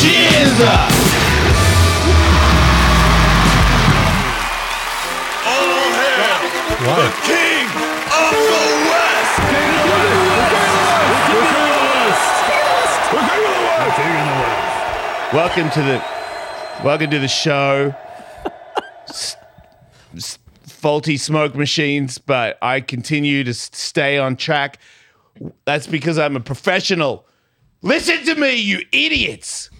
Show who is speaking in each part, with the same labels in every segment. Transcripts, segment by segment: Speaker 1: Loser.
Speaker 2: All hail the King of the West.
Speaker 3: Welcome to the welcome to the show. S- s- faulty smoke machines, but I continue to s- stay on track. That's because I'm a professional. Listen to me, you idiots.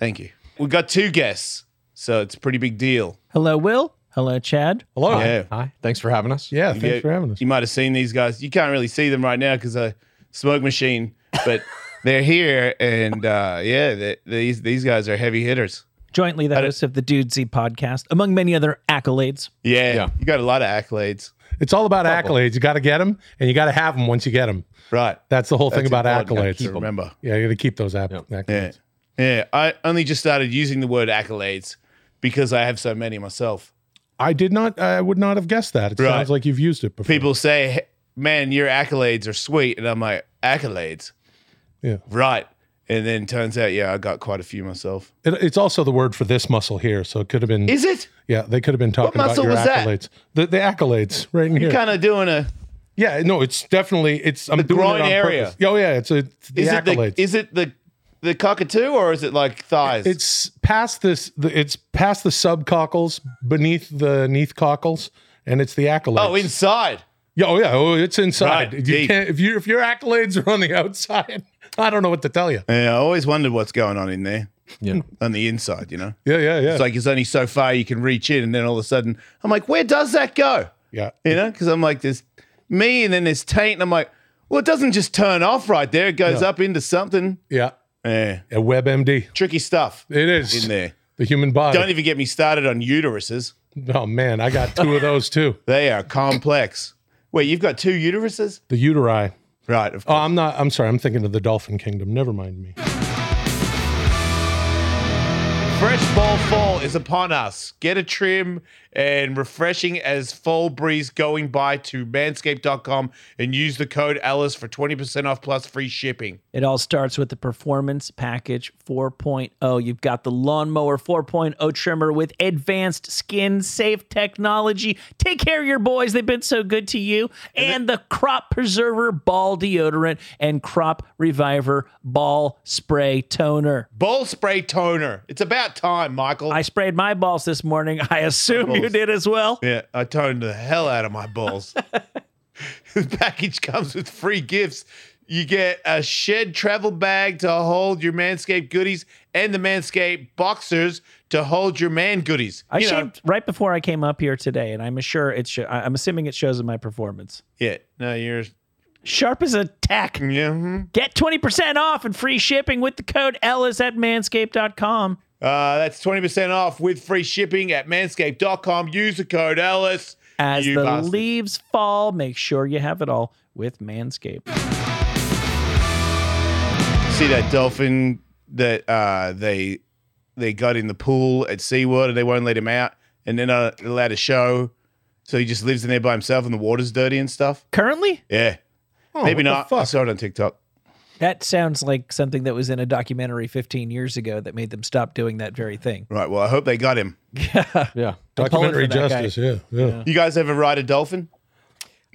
Speaker 3: Thank you. We got two guests, so it's a pretty big deal.
Speaker 4: Hello, Will. Hello, Chad.
Speaker 5: Hello.
Speaker 3: Yeah.
Speaker 5: Hi. Thanks for having us.
Speaker 6: Yeah, thanks
Speaker 3: you,
Speaker 6: for having us.
Speaker 3: You might have seen these guys. You can't really see them right now because a smoke machine, but they're here, and uh, yeah, th these these guys are heavy hitters.
Speaker 4: Jointly the hosts of the Dudesy podcast, among many other accolades.
Speaker 3: Yeah,
Speaker 5: Yeah.
Speaker 3: you got a lot of accolades,
Speaker 6: It's all about accolades. You got to get them, and you got to have them once you get them.
Speaker 3: right?
Speaker 6: That's the whole thing about
Speaker 3: important. Gotta
Speaker 6: accolades.
Speaker 3: keep 'em. Remember,
Speaker 6: Yeah, you got to keep those app- accolades.
Speaker 3: yeah, yeah. I only just started using the word accolades because I have so many myself.
Speaker 6: I did not. I would not have guessed that. It
Speaker 3: Right.
Speaker 6: sounds like you've used it before.
Speaker 3: People say, "Hey, "Man, your accolades are sweet," and I'm like, "Accolades,
Speaker 6: Yeah.
Speaker 3: right." And then turns out, yeah, I got quite a few myself.
Speaker 6: It- it's also the word for this muscle here, so it could have been.
Speaker 3: Is it?
Speaker 6: yeah, they could have been talking about
Speaker 3: muscle
Speaker 6: your
Speaker 3: was that?
Speaker 6: accolades. The, the accolades right in here.
Speaker 3: You're kind of doing a
Speaker 6: yeah, no, it's definitely it's. I'm doing
Speaker 3: groin
Speaker 6: it on
Speaker 3: area.
Speaker 6: purpose. Oh yeah, it's a it's the
Speaker 3: is it
Speaker 6: accolades.
Speaker 3: the is it the the cockatoo or is it like thighs?
Speaker 6: it's past this. The, it's past the subcockles, beneath the neath cockles, and it's the accolades.
Speaker 3: oh inside.
Speaker 6: Yeah, oh yeah, oh, it's inside.
Speaker 3: Right,
Speaker 6: you
Speaker 3: deep.
Speaker 6: can't if you if your accolades are on the outside. I don't know what to tell you.
Speaker 3: Yeah, I always wondered what's going on in there
Speaker 5: Yeah.
Speaker 3: on the inside. You know,
Speaker 6: Yeah, yeah, yeah.
Speaker 3: it's like it's only so far you can reach in, and then all of a sudden, I'm like, where does that go?
Speaker 6: yeah,
Speaker 3: You know, because I'm like, there's me, and then there's taint, and I'm like, well, it doesn't just turn off right there; it goes up into something.
Speaker 6: yeah.
Speaker 3: Yeah,
Speaker 6: A WebMD.
Speaker 3: tricky stuff
Speaker 6: It is
Speaker 3: in there.
Speaker 6: the human body.
Speaker 3: Don't even get me started on uteruses;
Speaker 6: oh man, I got two of those too.
Speaker 3: they are complex. Wait, you've got two uteruses,
Speaker 6: The uteri.
Speaker 3: right? Of
Speaker 6: Oh, I'm not. I'm sorry. I'm thinking of the dolphin kingdom. Never mind me.
Speaker 3: Fresh ball fall is upon us. Get a trim and refreshing as fall breeze going by to manscaped.com and use the code Ellis for 20% off plus free shipping.
Speaker 4: It all starts with the Performance Package 4.0. You've got the Lawnmower 4.0 trimmer with advanced skin safe technology. Take care of your boys, they've been so good to you. And the Crop Preserver Ball Deodorant and Crop Reviver Ball Spray Toner.
Speaker 3: Ball spray toner. It's about time, Michael.
Speaker 4: I sprayed my balls this morning. I assume you
Speaker 3: Balls.
Speaker 4: did as well.
Speaker 3: yeah, I toned the hell out of my balls. the package comes with free gifts. You get a shed travel bag to hold your Manscaped goodies and the Manscaped boxers to hold your man goodies.
Speaker 4: I
Speaker 3: You know,
Speaker 4: shaved right before I came up here today, and I'm sure it. Sho- I- I'm assuming it shows in my performance.
Speaker 3: yeah, no, you're.
Speaker 4: Sharp as a tack.
Speaker 3: Yeah. mhm.
Speaker 4: Get 20% off and free shipping with the code Ellis at manscaped.com.
Speaker 3: Uh, that's 20% off with free shipping at manscaped.com. Use the code Ellis.
Speaker 4: As
Speaker 3: You
Speaker 4: the
Speaker 3: bastard.
Speaker 4: leaves fall, make sure you have it all with Manscaped.
Speaker 3: See that dolphin that uh, they they got in the pool at SeaWorld and they won't let him out and they're not allowed to show. So he just lives in there by himself and the water's dirty and stuff.
Speaker 4: Currently,
Speaker 3: Yeah. Maybe
Speaker 6: Oh, what the
Speaker 3: not. I
Speaker 6: fuck?
Speaker 3: saw it on TikTok.
Speaker 4: that sounds like something that was in a documentary 15 years ago that made them stop doing that very thing.
Speaker 3: Right. Well, I hope they got him.
Speaker 5: Yeah.
Speaker 6: Documentary
Speaker 4: pulling for that guy.
Speaker 6: justice. Yeah, yeah.
Speaker 3: You guys ever ride a dolphin?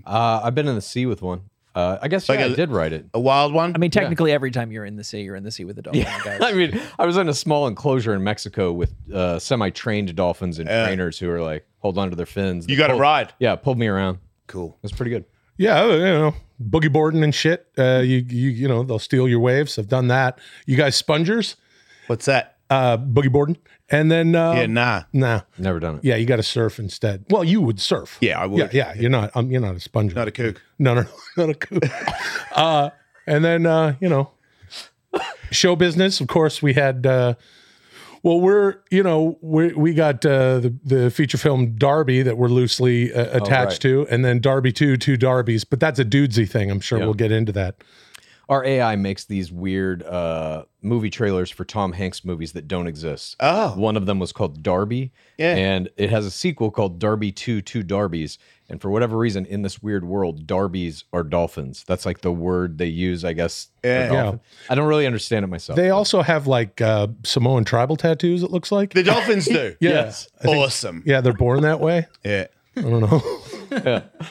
Speaker 5: Uh, I've been in the sea with one. Uh, I guess yeah,
Speaker 3: Like
Speaker 5: I
Speaker 3: a-
Speaker 5: did write it.
Speaker 3: A wild one?
Speaker 4: I mean, technically, every time you're in the sea, you're in the sea with a dolphin. guys.
Speaker 5: I mean, I was in a small enclosure in Mexico with uh, semi-trained dolphins and
Speaker 3: Yeah.
Speaker 5: trainers who were like, hold on to their fins.
Speaker 3: you got
Speaker 5: to
Speaker 3: to ride.
Speaker 5: Yeah, pulled me around.
Speaker 3: Cool.
Speaker 5: That's pretty good.
Speaker 6: Yeah, uh, you know, boogie boarding and shit. Uh, you you you know, they'll steal your waves. I've done that. You guys spongers,
Speaker 3: What's that?
Speaker 6: uh, boogie boarding, and then uh,
Speaker 3: yeah, nah.
Speaker 6: nah,
Speaker 5: Never done it.
Speaker 6: yeah, you got to surf instead. Well, you would surf.
Speaker 3: Yeah, I would.
Speaker 6: Yeah, yeah, you're not. Um, you're not a sponge.
Speaker 3: Not a kook.
Speaker 6: No, no, no, not a coup. uh, and then uh, you know, show business. Of course, we had. Uh, well, we're you know we we got uh, the the feature film Darby that we're loosely
Speaker 5: Oh,
Speaker 6: uh, attached to, and then Darby two, two Darbys, but that's a dudesy thing. I'm sure
Speaker 5: Yeah.
Speaker 6: we'll get into that.
Speaker 5: our AI makes these weird uh, movie trailers for Tom Hanks movies that don't exist.
Speaker 3: Oh.
Speaker 5: One of them was called Darby.
Speaker 3: Yeah.
Speaker 5: And it has a sequel called Darby 2 Two Darbies. And for whatever reason, in this weird world, Darbies are dolphins. That's like the word they use, I guess. for
Speaker 3: Yeah.
Speaker 6: Yeah.
Speaker 5: dolphin. I don't really understand it myself.
Speaker 6: They also have like uh, Samoan tribal tattoos. It looks like.
Speaker 3: The dolphins do.
Speaker 6: yeah. I think-
Speaker 3: Awesome.
Speaker 6: yeah, they're born that way.
Speaker 3: Yeah.
Speaker 6: I don't know.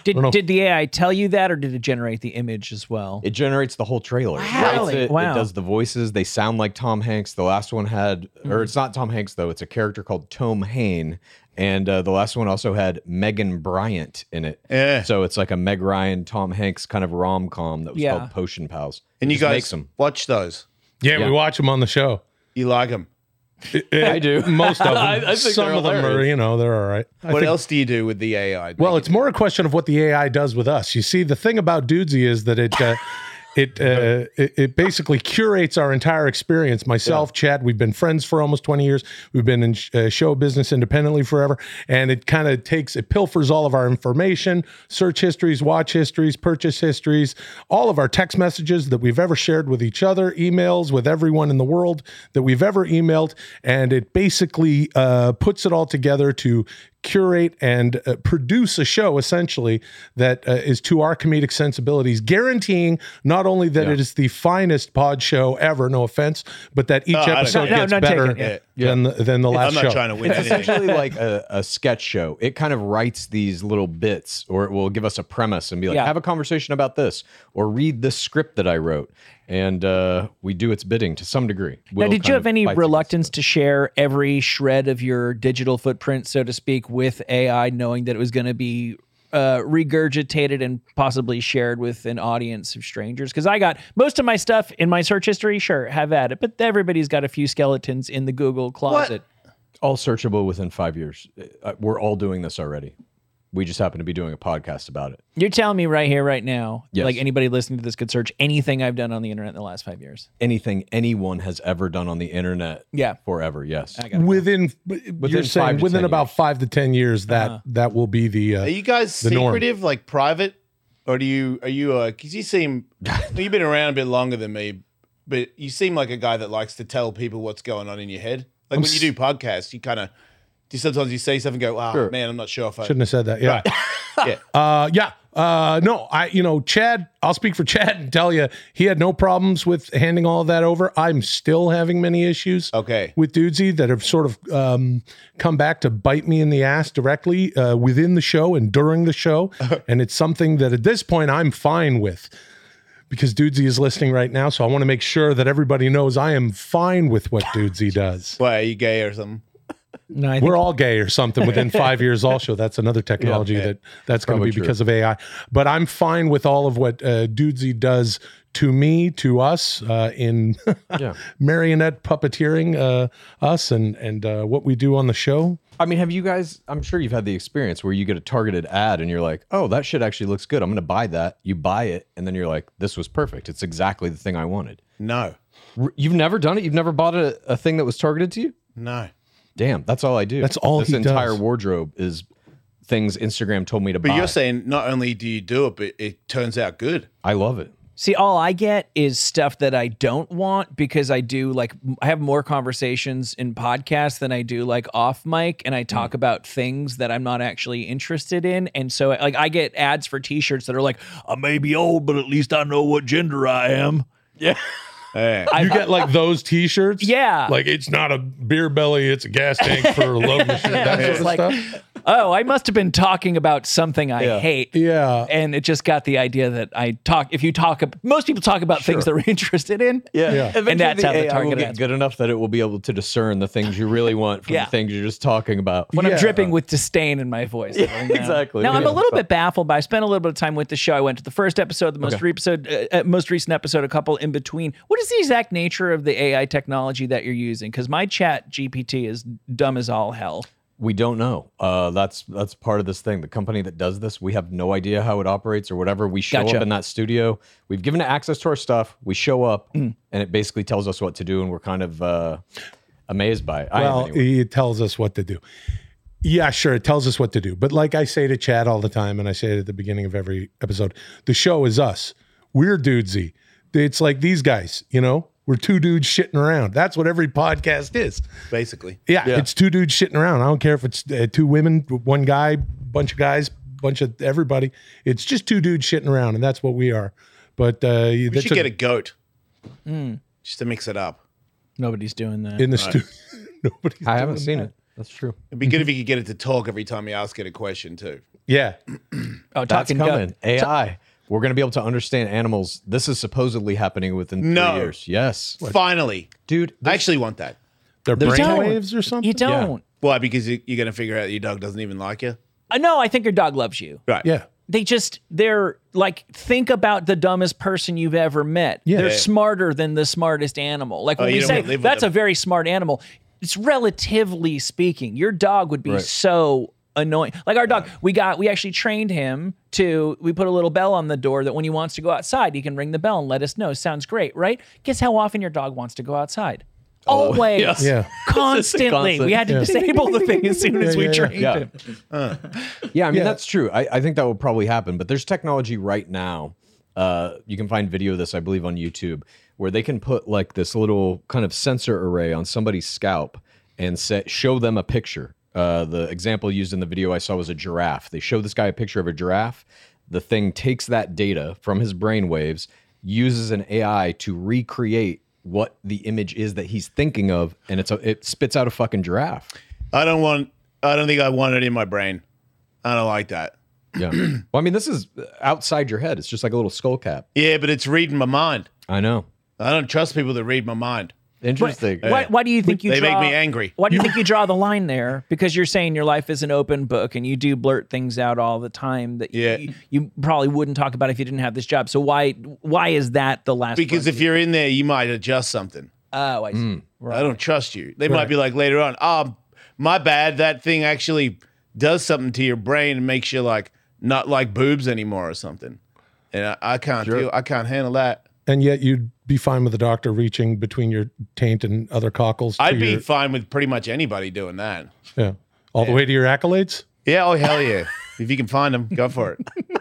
Speaker 4: Did,
Speaker 6: know.
Speaker 4: did the AI tell you that, or did it generate the image as well?
Speaker 5: It generates the whole trailer. It
Speaker 4: Wow.
Speaker 5: writes It,
Speaker 4: Wow.
Speaker 5: it does the voices. They sound like Tom Hanks. The last one had, or it's not Tom Hanks though. It's a character called Tom Hane, and uh, the last one also had Megan Bryant in it.
Speaker 4: Eh.
Speaker 3: Yeah.
Speaker 5: So it's like a Meg Ryan, Tom Hanks kind of rom com that was
Speaker 4: Yeah.
Speaker 5: called Potion Pals.
Speaker 3: And
Speaker 5: It
Speaker 3: you
Speaker 5: just
Speaker 3: guys
Speaker 5: makes them.
Speaker 3: watch those.
Speaker 6: Yeah,
Speaker 5: Yeah.
Speaker 6: we watch them on the show.
Speaker 3: You like them.
Speaker 5: I do.
Speaker 6: Most of them.
Speaker 5: I- I think
Speaker 6: Some
Speaker 5: they're
Speaker 6: of them are,
Speaker 5: hilarious.
Speaker 6: you know, they're all right. I
Speaker 3: What
Speaker 6: think-
Speaker 3: else do you do with the AI?
Speaker 6: Well, it's more a question of what the AI does with us. You see, the thing about Dudesy is that it. Uh, It, uh, it it basically curates our entire experience. Myself, Chad, we've been friends for almost twenty years. We've been in sh- uh, show business independently forever, and it kind of takes it pilfers all of our information, search histories, watch histories, purchase histories, all of our text messages that we've ever shared with each other, emails with everyone in the world that we've ever emailed, and it basically uh, puts it all together to curate and uh, produce a show essentially that uh, is to our comedic sensibilities guaranteeing not only that it is the finest pod show ever no offense but that each
Speaker 3: I don't
Speaker 6: episode
Speaker 3: care.
Speaker 4: No,
Speaker 6: gets
Speaker 4: no, take
Speaker 6: better
Speaker 4: it, yeah.
Speaker 6: than the, than the last
Speaker 3: I'm not
Speaker 6: show
Speaker 3: trying to win
Speaker 5: It's
Speaker 3: anything.
Speaker 5: essentially like a, a sketch show. It kind of writes these little bits, or it will give us a premise and be like,
Speaker 4: Yeah.
Speaker 5: have a conversation about this, or read this script that I wrote. And uh, we do its bidding to some degree.
Speaker 4: Now,
Speaker 5: Will
Speaker 4: did
Speaker 5: kind
Speaker 4: you
Speaker 5: of
Speaker 4: have any
Speaker 5: bites against
Speaker 4: reluctance
Speaker 5: it.
Speaker 4: to share every shred of your digital footprint, so to speak, with AI, knowing that it was going to be uh, regurgitated and possibly shared with an audience of strangers? Because I got most of my stuff in my search history. Sure, have at it, but everybody's got a few skeletons in the Google closet.
Speaker 5: All searchable within five years. Uh, We're all doing this already. We just happen to be doing a podcast about it.
Speaker 4: You're telling me right here, right now,
Speaker 5: Yes.
Speaker 4: like anybody listening to this could search anything I've done on the internet in the last five years.
Speaker 5: Anything anyone has ever done on the internet
Speaker 4: Yeah.
Speaker 5: forever. Yes.
Speaker 6: within, you're
Speaker 5: Within
Speaker 6: saying
Speaker 5: five to
Speaker 6: within
Speaker 5: 10
Speaker 6: about
Speaker 5: years.
Speaker 6: 5 to 10 years that
Speaker 3: Uh-huh.
Speaker 6: that will be the uh,
Speaker 3: Are you guys
Speaker 6: The norm.
Speaker 3: secretive, like private, or do you are you? Because you seem you've been around a bit longer than me, but you seem like a guy that likes to tell people what's going on in your head. Like when you do podcasts, you kind of do. Sometimes you say something, and go, "Oh
Speaker 5: Sure.
Speaker 3: man, I'm not sure if I."
Speaker 6: Shouldn't have said that. Yeah.
Speaker 3: Yeah.
Speaker 6: Uh, yeah. Uh, no, I, you know, Chad, I'll speak for Chad and tell you, he had no problems with handing all of that over. I'm still having many issues
Speaker 3: Okay.
Speaker 6: with Dudesy that have sort of, um, come back to bite me in the ass directly, uh, within the show and during the show. and it's something that at this point I'm fine with because Dudesy is listening right now. So I want to make sure that everybody knows I am fine with what Dudesy does.
Speaker 3: Why are you gay or something?
Speaker 4: No, I think
Speaker 6: We're all gay or something within five years. Also, that's another technology that that's going to be
Speaker 5: Probably true.
Speaker 6: because of AI. But I'm fine with all of what uh, Dudesy does to me, to us uh, in
Speaker 5: Yeah.
Speaker 6: marionette puppeteering uh, us and and uh, what we do on the show.
Speaker 5: I mean, have you guys? I'm sure you've had the experience where you get a targeted ad and you're like, oh, that shit actually looks good. I'm going to buy that. You buy it. And then you're like, this was perfect. It's exactly the thing I wanted.
Speaker 3: No,
Speaker 5: R- You've never done it? You've never bought a, a thing that was targeted to you?
Speaker 3: no.
Speaker 5: Damn, that's all I do.
Speaker 6: That's all
Speaker 5: This
Speaker 6: he
Speaker 5: entire
Speaker 6: does.
Speaker 5: wardrobe is things Instagram told me to
Speaker 3: But
Speaker 5: buy.
Speaker 3: you're saying not only do you do it, but it turns out good.
Speaker 5: I love it.
Speaker 4: See, all I get is stuff that I don't want because I do like m- I have more conversations in podcasts than I do like off mic, and I talk about things that I'm not actually interested in, and so like I get ads for T-shirts that are like "Oh, I may be old, but at least I know what gender I am.
Speaker 3: Yeah.
Speaker 6: You get like those T-shirts.
Speaker 4: Yeah.
Speaker 6: like it's not a beer belly; it's a gas tank for a love machine. That sort
Speaker 4: It's
Speaker 6: of
Speaker 4: like,
Speaker 6: stuff.
Speaker 4: oh, I must have been talking about something I hate.
Speaker 6: Yeah.
Speaker 4: And it just got the idea that I talk. If you talk, ab- most people talk about things they're interested in.
Speaker 6: Yeah.
Speaker 5: Eventually
Speaker 4: And that's how the
Speaker 5: AI will
Speaker 4: targeted
Speaker 5: get
Speaker 4: ads-
Speaker 5: good enough that it will be able to discern the things you really want from
Speaker 4: Yeah.
Speaker 5: the things you're just talking about.
Speaker 4: when
Speaker 6: Yeah.
Speaker 4: I'm dripping with disdain in my voice. Like, no.
Speaker 5: exactly.
Speaker 4: Now I'm a
Speaker 5: Yeah.
Speaker 4: little bit baffled by. I spent a little bit of time with the show. I went to the first episode, the most re- episode, uh, uh, most recent episode, a couple in between. What is the exact nature of the AI technology that you're using? Because my Chat GPT is dumb as all hell.
Speaker 5: We don't know. Uh, that's that's part of this thing. The company that does this, we have no idea how it operates or whatever. We show
Speaker 4: Gotcha.
Speaker 5: up in that studio. We've given it access to our stuff. We show up, and it basically tells us what to do, and we're kind of uh, amazed by it. I am
Speaker 6: Well,
Speaker 5: anyway.
Speaker 6: it tells us what to do. Yeah, sure, it tells us what to do. But like I say to Chad all the time, and I say it at the beginning of every episode, the show is us. We're dudesy. It's like these guys, you know, we're two dudes shitting around. That's what every podcast is.
Speaker 3: basically.
Speaker 6: Yeah, it's two dudes shitting around. I don't care if it's uh, two women, one guy, bunch of guys, bunch of everybody. It's just two dudes shitting around, and that's what we are. But uh, you
Speaker 3: You should get a goat just to mix it up.
Speaker 4: Nobody's doing that.
Speaker 6: in the studio. Nobody's
Speaker 5: I haven't
Speaker 6: doing
Speaker 5: seen
Speaker 6: that.
Speaker 5: it. That's true.
Speaker 3: It'd be good if you could get it to talk every time you ask it a question too.
Speaker 6: Yeah,
Speaker 4: oh,
Speaker 5: That's
Speaker 4: gut.
Speaker 5: coming. AI. We're gonna be able to understand animals. This is supposedly happening within three
Speaker 3: No.
Speaker 5: years. Yes,
Speaker 3: Finally,
Speaker 5: dude.
Speaker 3: I actually want that.
Speaker 6: they're
Speaker 4: You don't.
Speaker 6: brainwaves or something.
Speaker 4: You don't.
Speaker 3: Why? Because you, you're going to figure out your dog doesn't even like you.
Speaker 4: I know. I think your dog loves you.
Speaker 3: Right.
Speaker 6: Yeah,
Speaker 4: They just they're like think about the dumbest person you've ever met.
Speaker 6: Yeah.
Speaker 4: They're
Speaker 6: Yeah.
Speaker 4: smarter than the smartest animal. Like when
Speaker 3: Oh, you
Speaker 4: we
Speaker 3: don't
Speaker 4: say
Speaker 3: live with
Speaker 4: that's
Speaker 3: them.
Speaker 4: a very smart animal, it's relatively speaking. Your dog would be
Speaker 5: Right.
Speaker 4: so annoying. Like our dog, we got we actually trained him to we put a little bell on the door that when he wants to go outside, he can ring the bell and let us know. Sounds great, right? Guess how often your dog wants to go outside?
Speaker 3: Oh,
Speaker 4: Always.
Speaker 5: yes.
Speaker 6: yeah.
Speaker 4: Constantly.
Speaker 5: constant.
Speaker 4: We had to disable the thing as soon as we
Speaker 6: yeah, yeah.
Speaker 4: trained
Speaker 5: Yeah.
Speaker 4: him.
Speaker 5: Yeah, I mean
Speaker 6: Yeah.
Speaker 5: that's true. I, I think that will probably happen. But there's technology right now. Uh, you can find video of this, I believe, on YouTube, where they can put like this little kind of sensor array on somebody's scalp and set, show them a picture. Uh, the example used in the video I saw was a giraffe. They show this guy a picture of a giraffe. The thing takes that data from his brain waves, uses an AI to recreate what the image is that he's thinking of, and it's a, it spits out a fucking giraffe.
Speaker 3: I don't want. I don't think I want it in my brain. I don't like that.
Speaker 5: Yeah. well, I mean, this is outside your head. It's just like a little skull cap.
Speaker 3: Yeah, but it's reading my mind.
Speaker 5: I know.
Speaker 3: I don't trust people that read my mind.
Speaker 5: Interesting.
Speaker 4: Why, why do you think you
Speaker 3: They make
Speaker 4: draw,
Speaker 3: me angry.
Speaker 4: Why do you think you draw the line there? Because you're saying your life is an open book and you do blurt things out all the time that
Speaker 3: Yeah.
Speaker 4: you, you probably wouldn't talk about if you didn't have this job. So why why is that the last?
Speaker 3: Because Mm. if you're in there, you might adjust something.
Speaker 4: oh, I see.
Speaker 3: I don't trust you. They might be like later on, oh, my bad. That thing actually does something to your brain and makes you like not like boobs anymore or something. And I, I can't deal, I can't handle that.
Speaker 6: And yet you'd be fine with the doctor reaching between your taint and other cockles. to
Speaker 3: I'd be
Speaker 6: your-
Speaker 3: fine with pretty much anybody doing that.
Speaker 6: yeah, all the way to your accolades.
Speaker 3: Yeah, oh hell yeah. if you can find them, go for it.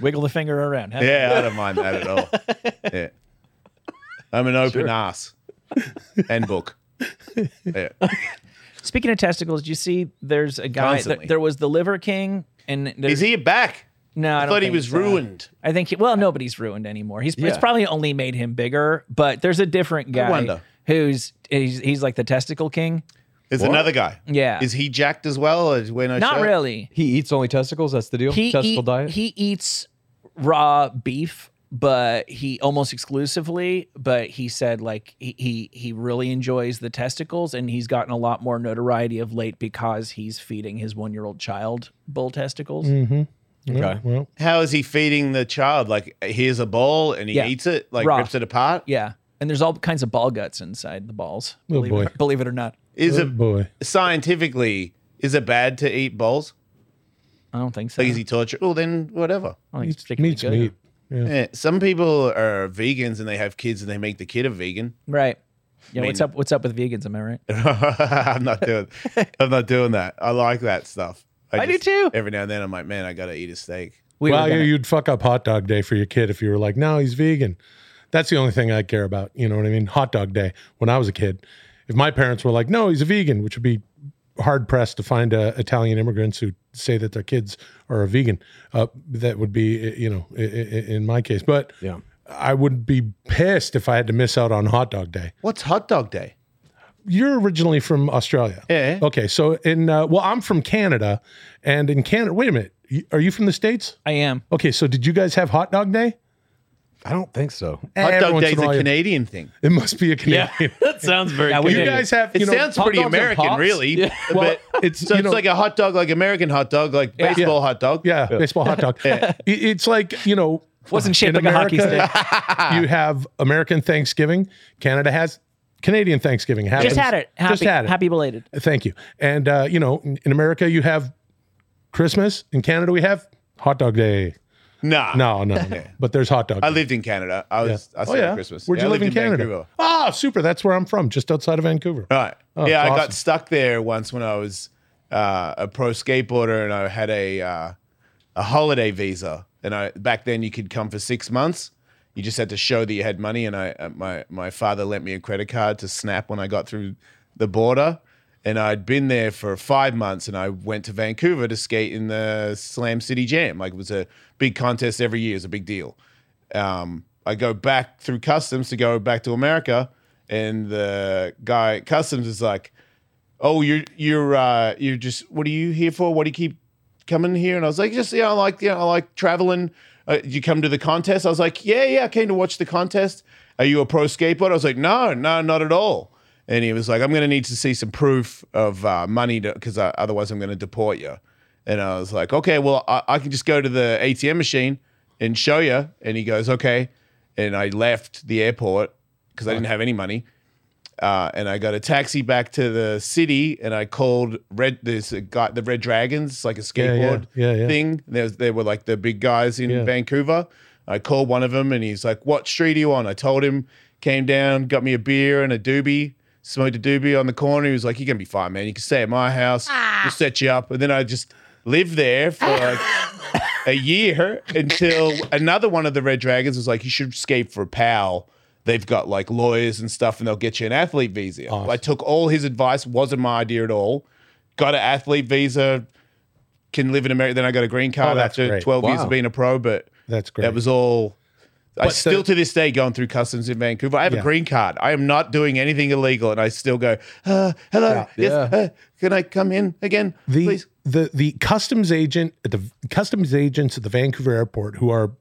Speaker 4: Wiggle the finger around. huh?
Speaker 3: Yeah, I don't mind that at all. Yeah. I'm an open ass and book. Yeah.
Speaker 4: Speaking of testicles, do you see there's a guy. There,
Speaker 3: Constantly.
Speaker 4: there was the Liver King, and
Speaker 3: Is
Speaker 4: there's,
Speaker 3: he back?
Speaker 4: No, I,
Speaker 3: I
Speaker 4: don't
Speaker 3: thought he
Speaker 4: think
Speaker 3: was
Speaker 4: so.
Speaker 3: ruined.
Speaker 4: I think he, well, nobody's ruined anymore. He's it's
Speaker 5: Yeah.
Speaker 4: probably only made him bigger. But there's a different guy
Speaker 3: wonder.
Speaker 4: who's he's, he's like the testicle king.
Speaker 3: There's another guy.
Speaker 4: Yeah.
Speaker 3: Is he jacked as well? Or is he wearing no
Speaker 4: Not
Speaker 3: shirt?
Speaker 4: really.
Speaker 5: He eats only testicles. That's the deal.
Speaker 4: He
Speaker 5: Testicle
Speaker 4: eat-
Speaker 5: diet.
Speaker 4: He eats raw beef, but he almost exclusively. But he said like he he, he really enjoys the testicles, and he's gotten a lot more notoriety of late because he's feeding his one year old child bull testicles.
Speaker 6: Mm.
Speaker 5: okay.
Speaker 6: Well,
Speaker 3: How is he feeding the child? Like, here's a ball and he
Speaker 4: Yeah.
Speaker 3: eats it, like
Speaker 4: Raw.
Speaker 3: rips it apart.
Speaker 4: Yeah, and there's all kinds of ball guts inside the balls. Believe,
Speaker 6: Oh, boy.
Speaker 4: It, believe it or not,
Speaker 3: Is
Speaker 6: oh
Speaker 3: it
Speaker 6: boy.
Speaker 3: scientifically? Is it bad to eat balls?
Speaker 4: I don't think so.
Speaker 3: Like, is he tortured? Well, then whatever.
Speaker 4: I don't think it's particularly
Speaker 6: Meat's
Speaker 4: good.
Speaker 6: meat.
Speaker 3: Yeah, some people are vegans and they have kids and they make the kid a vegan.
Speaker 4: right? Yeah,
Speaker 3: mean-
Speaker 4: what's up? What's up with vegans? Am I right?
Speaker 3: I'm not doing. I'm not doing that. I like that stuff.
Speaker 4: I do too.
Speaker 3: Every now and then, I'm like, man, I gotta eat a steak.
Speaker 4: We
Speaker 6: well,
Speaker 4: were gonna-
Speaker 6: you'd fuck up hot dog day for your kid if you were like, no, he's vegan. That's the only thing I care about. You know what I mean? Hot dog day when I was a kid. If my parents were like, no, he's a vegan, which would be hard pressed to find uh, Italian immigrants who say that their kids are a vegan, uh, that would be, uh, you know, i- i- i- in my case. But
Speaker 5: Yeah.
Speaker 6: I would be pissed if I had to miss out on hot dog day.
Speaker 3: What's hot dog day?
Speaker 6: You're originally from Australia.
Speaker 3: Yeah.
Speaker 6: Okay. So in, uh, well, I'm from Canada. And in Canada, wait a minute. You- Are you from the States?
Speaker 4: I am.
Speaker 6: Okay, so did you guys have hot dog day?
Speaker 5: I don't think so.
Speaker 3: Hot
Speaker 6: Every
Speaker 3: dog
Speaker 6: once
Speaker 3: day's
Speaker 6: in a
Speaker 3: a
Speaker 6: while,
Speaker 3: Canadian thing.
Speaker 6: It must be a Canadian.
Speaker 1: that sounds very
Speaker 4: Yeah, we
Speaker 1: good.
Speaker 6: You
Speaker 4: did.
Speaker 6: guys have.
Speaker 3: It
Speaker 6: You know,
Speaker 3: sounds pretty
Speaker 5: dogs and
Speaker 3: American,
Speaker 5: pops?
Speaker 3: really.
Speaker 6: well,
Speaker 3: But
Speaker 6: it's
Speaker 3: so
Speaker 6: you
Speaker 3: it's
Speaker 6: know,
Speaker 3: like a hot dog, like American hot dog, like baseball hot dog.
Speaker 6: yeah, baseball hot dog. It- It's like you know,
Speaker 4: Wasn't shaped
Speaker 6: in
Speaker 4: like a hockey
Speaker 6: America, you have American Thanksgiving. Canada has Canadian Thanksgiving. Happens.
Speaker 4: Just had it. Happy,
Speaker 6: Just had it.
Speaker 4: Happy belated.
Speaker 6: Thank you. And uh, you know, in in America you have Christmas. In Canada we have hot dog day.
Speaker 3: Nah.
Speaker 6: No, no, no. but there's hot dog.
Speaker 3: I
Speaker 6: day.
Speaker 3: lived in Canada. I was. I
Speaker 6: oh
Speaker 3: said
Speaker 6: yeah,
Speaker 3: Christmas.
Speaker 6: Where'd
Speaker 3: Yeah,
Speaker 6: you
Speaker 3: I
Speaker 6: live in
Speaker 3: lived
Speaker 6: Canada?
Speaker 3: Vancouver. Uh,
Speaker 6: Ah, super. That's where I'm from, just outside of Vancouver.
Speaker 3: Right.
Speaker 6: Oh,
Speaker 3: yeah,
Speaker 6: that's
Speaker 3: I
Speaker 6: awesome.
Speaker 3: got stuck there once when I was uh, a pro skateboarder and I had a uh, a holiday visa. And I back then you could come for six months, You just had to show that you had money, and I uh, my my father lent me a credit card to snap when I got through the border, and I'd been there for five months, and I went to Vancouver to skate in the Slam City Jam. Like it was a big contest every year; it was a big deal. Um, I go back through customs to go back to America, and the guy at customs is like, oh you're you're uh you're just what are you here for why do you keep coming here and i was like just you know I like you know i like traveling uh, you come to the contest i was like yeah yeah i came to watch the contest are you a pro skateboarder i was like no no not at all and he was like i'm going to need to see some proof of uh, money because uh, otherwise i'm going to deport you and i was like okay well I, I can just go to the atm machine and show you and he goes okay and i left the airport because i didn't have any money uh, and I got a taxi back to the city, and I called Red. There's a guy, the Red Dragons, it's like a
Speaker 6: yeah,
Speaker 3: skateboard
Speaker 6: yeah, yeah.
Speaker 3: thing. There's, they were like the big guys in
Speaker 6: Yeah.
Speaker 3: Vancouver. I called one of them, and he's like, "What street are you on?" I told him. Came down, got me a beer and a doobie. Smoked a doobie on the corner. He was like, "You're gonna be fine, man. You can stay at my house. We'll set you up." And then I just lived there for like a year until another one of the Red Dragons was like, "You should escape for PAL." They've got like lawyers and stuff, and they'll get you an athlete visa. I took all his advice; wasn't my idea at all. Got an athlete visa, can live in America. Then I got a green card
Speaker 6: Oh, that's
Speaker 3: after
Speaker 6: great.
Speaker 3: twelve years
Speaker 5: Wow.
Speaker 3: of being a pro. But
Speaker 6: That's great.
Speaker 3: that was all. I
Speaker 6: But
Speaker 3: still
Speaker 6: the-
Speaker 3: to this day going through customs in Vancouver. I have a
Speaker 6: Yeah.
Speaker 3: green card. I am not doing anything illegal, and I still go, uh, "Hello, yes,
Speaker 5: Yeah.
Speaker 3: uh, can I come in again,
Speaker 6: the
Speaker 3: please?"
Speaker 6: the the customs agent at the customs agents at the Vancouver airport who are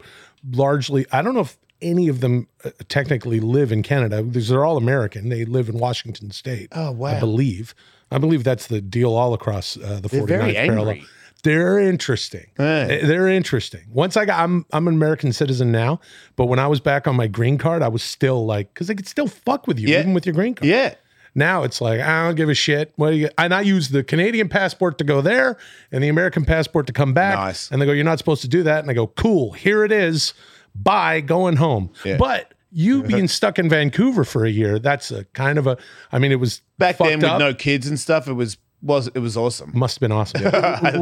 Speaker 6: largely I don't know if any of them uh, technically live in Canada because they're all American. They live in Washington State. Oh
Speaker 3: wow.
Speaker 6: I believe I believe that's the deal all across uh, the 49th
Speaker 3: very
Speaker 6: parallel.
Speaker 3: angry.
Speaker 6: They're interesting.
Speaker 3: Hey.
Speaker 6: They- They're interesting. Once I got, I'm I'm an American citizen now, but when I was back on my green card, I was still like, because they could still fuck with you
Speaker 3: Yeah.
Speaker 6: even with your green card.
Speaker 3: Yeah,
Speaker 6: Now it's like I don't give a shit. What do you? And I use the Canadian passport to go there and the American passport to come back.
Speaker 3: Nice.
Speaker 6: And they go, you're not supposed to do that. And I go, cool. Here it is. Bye. Going home.
Speaker 3: Yeah.
Speaker 6: But you being stuck in Vancouver for a year, that's a kind of a. I mean, it was
Speaker 3: back
Speaker 6: fucked
Speaker 3: then with
Speaker 6: up.
Speaker 3: no kids and stuff, it was was it was awesome,
Speaker 6: Must have been awesome.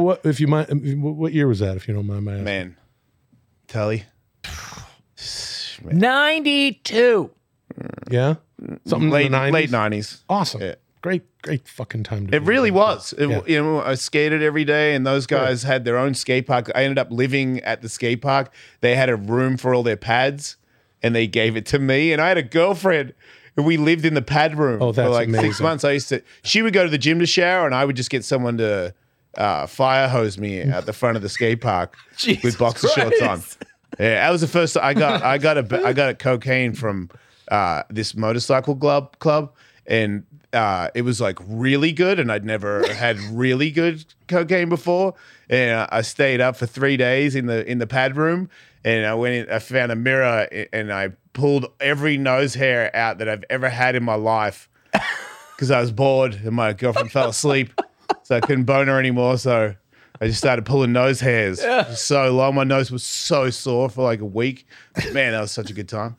Speaker 6: what if you mind? What year was that? If you don't mind my asking?
Speaker 3: man. Telly,
Speaker 4: 92.
Speaker 6: yeah, something
Speaker 3: late
Speaker 6: in the 90s.
Speaker 3: late nineties.
Speaker 6: Awesome.
Speaker 3: Yeah.
Speaker 6: Great, great fucking time to.
Speaker 3: It
Speaker 6: be
Speaker 3: really
Speaker 6: alive.
Speaker 3: was. It,
Speaker 6: Yeah.
Speaker 3: You know, I skated every day, and those guys had their own skate park. I ended up living at the skate park. They had a room for all their pads, and they gave it to me. And I had a girlfriend, and we lived in the pad room
Speaker 6: Oh, that's
Speaker 3: for like six
Speaker 6: amazing.
Speaker 3: months. I used to. She would go to the gym to shower, and I would just get someone to uh, fire hose me at the front of the skate park with boxer shorts on. Yeah, that was the first I got. I got a I got a cocaine from uh, this motorcycle club club, and uh, it was like really good. And I'd never had really good cocaine before. And I- I stayed up for three days in the in the pad room, and I went. In, I found a mirror, a- and I pulled every nose hair out that I've ever had in my life because I was bored, and my girlfriend fell asleep, so I couldn't bone her anymore. So I just started pulling nose hairs so long. My nose was so sore for like a week. Man, that was such a good time.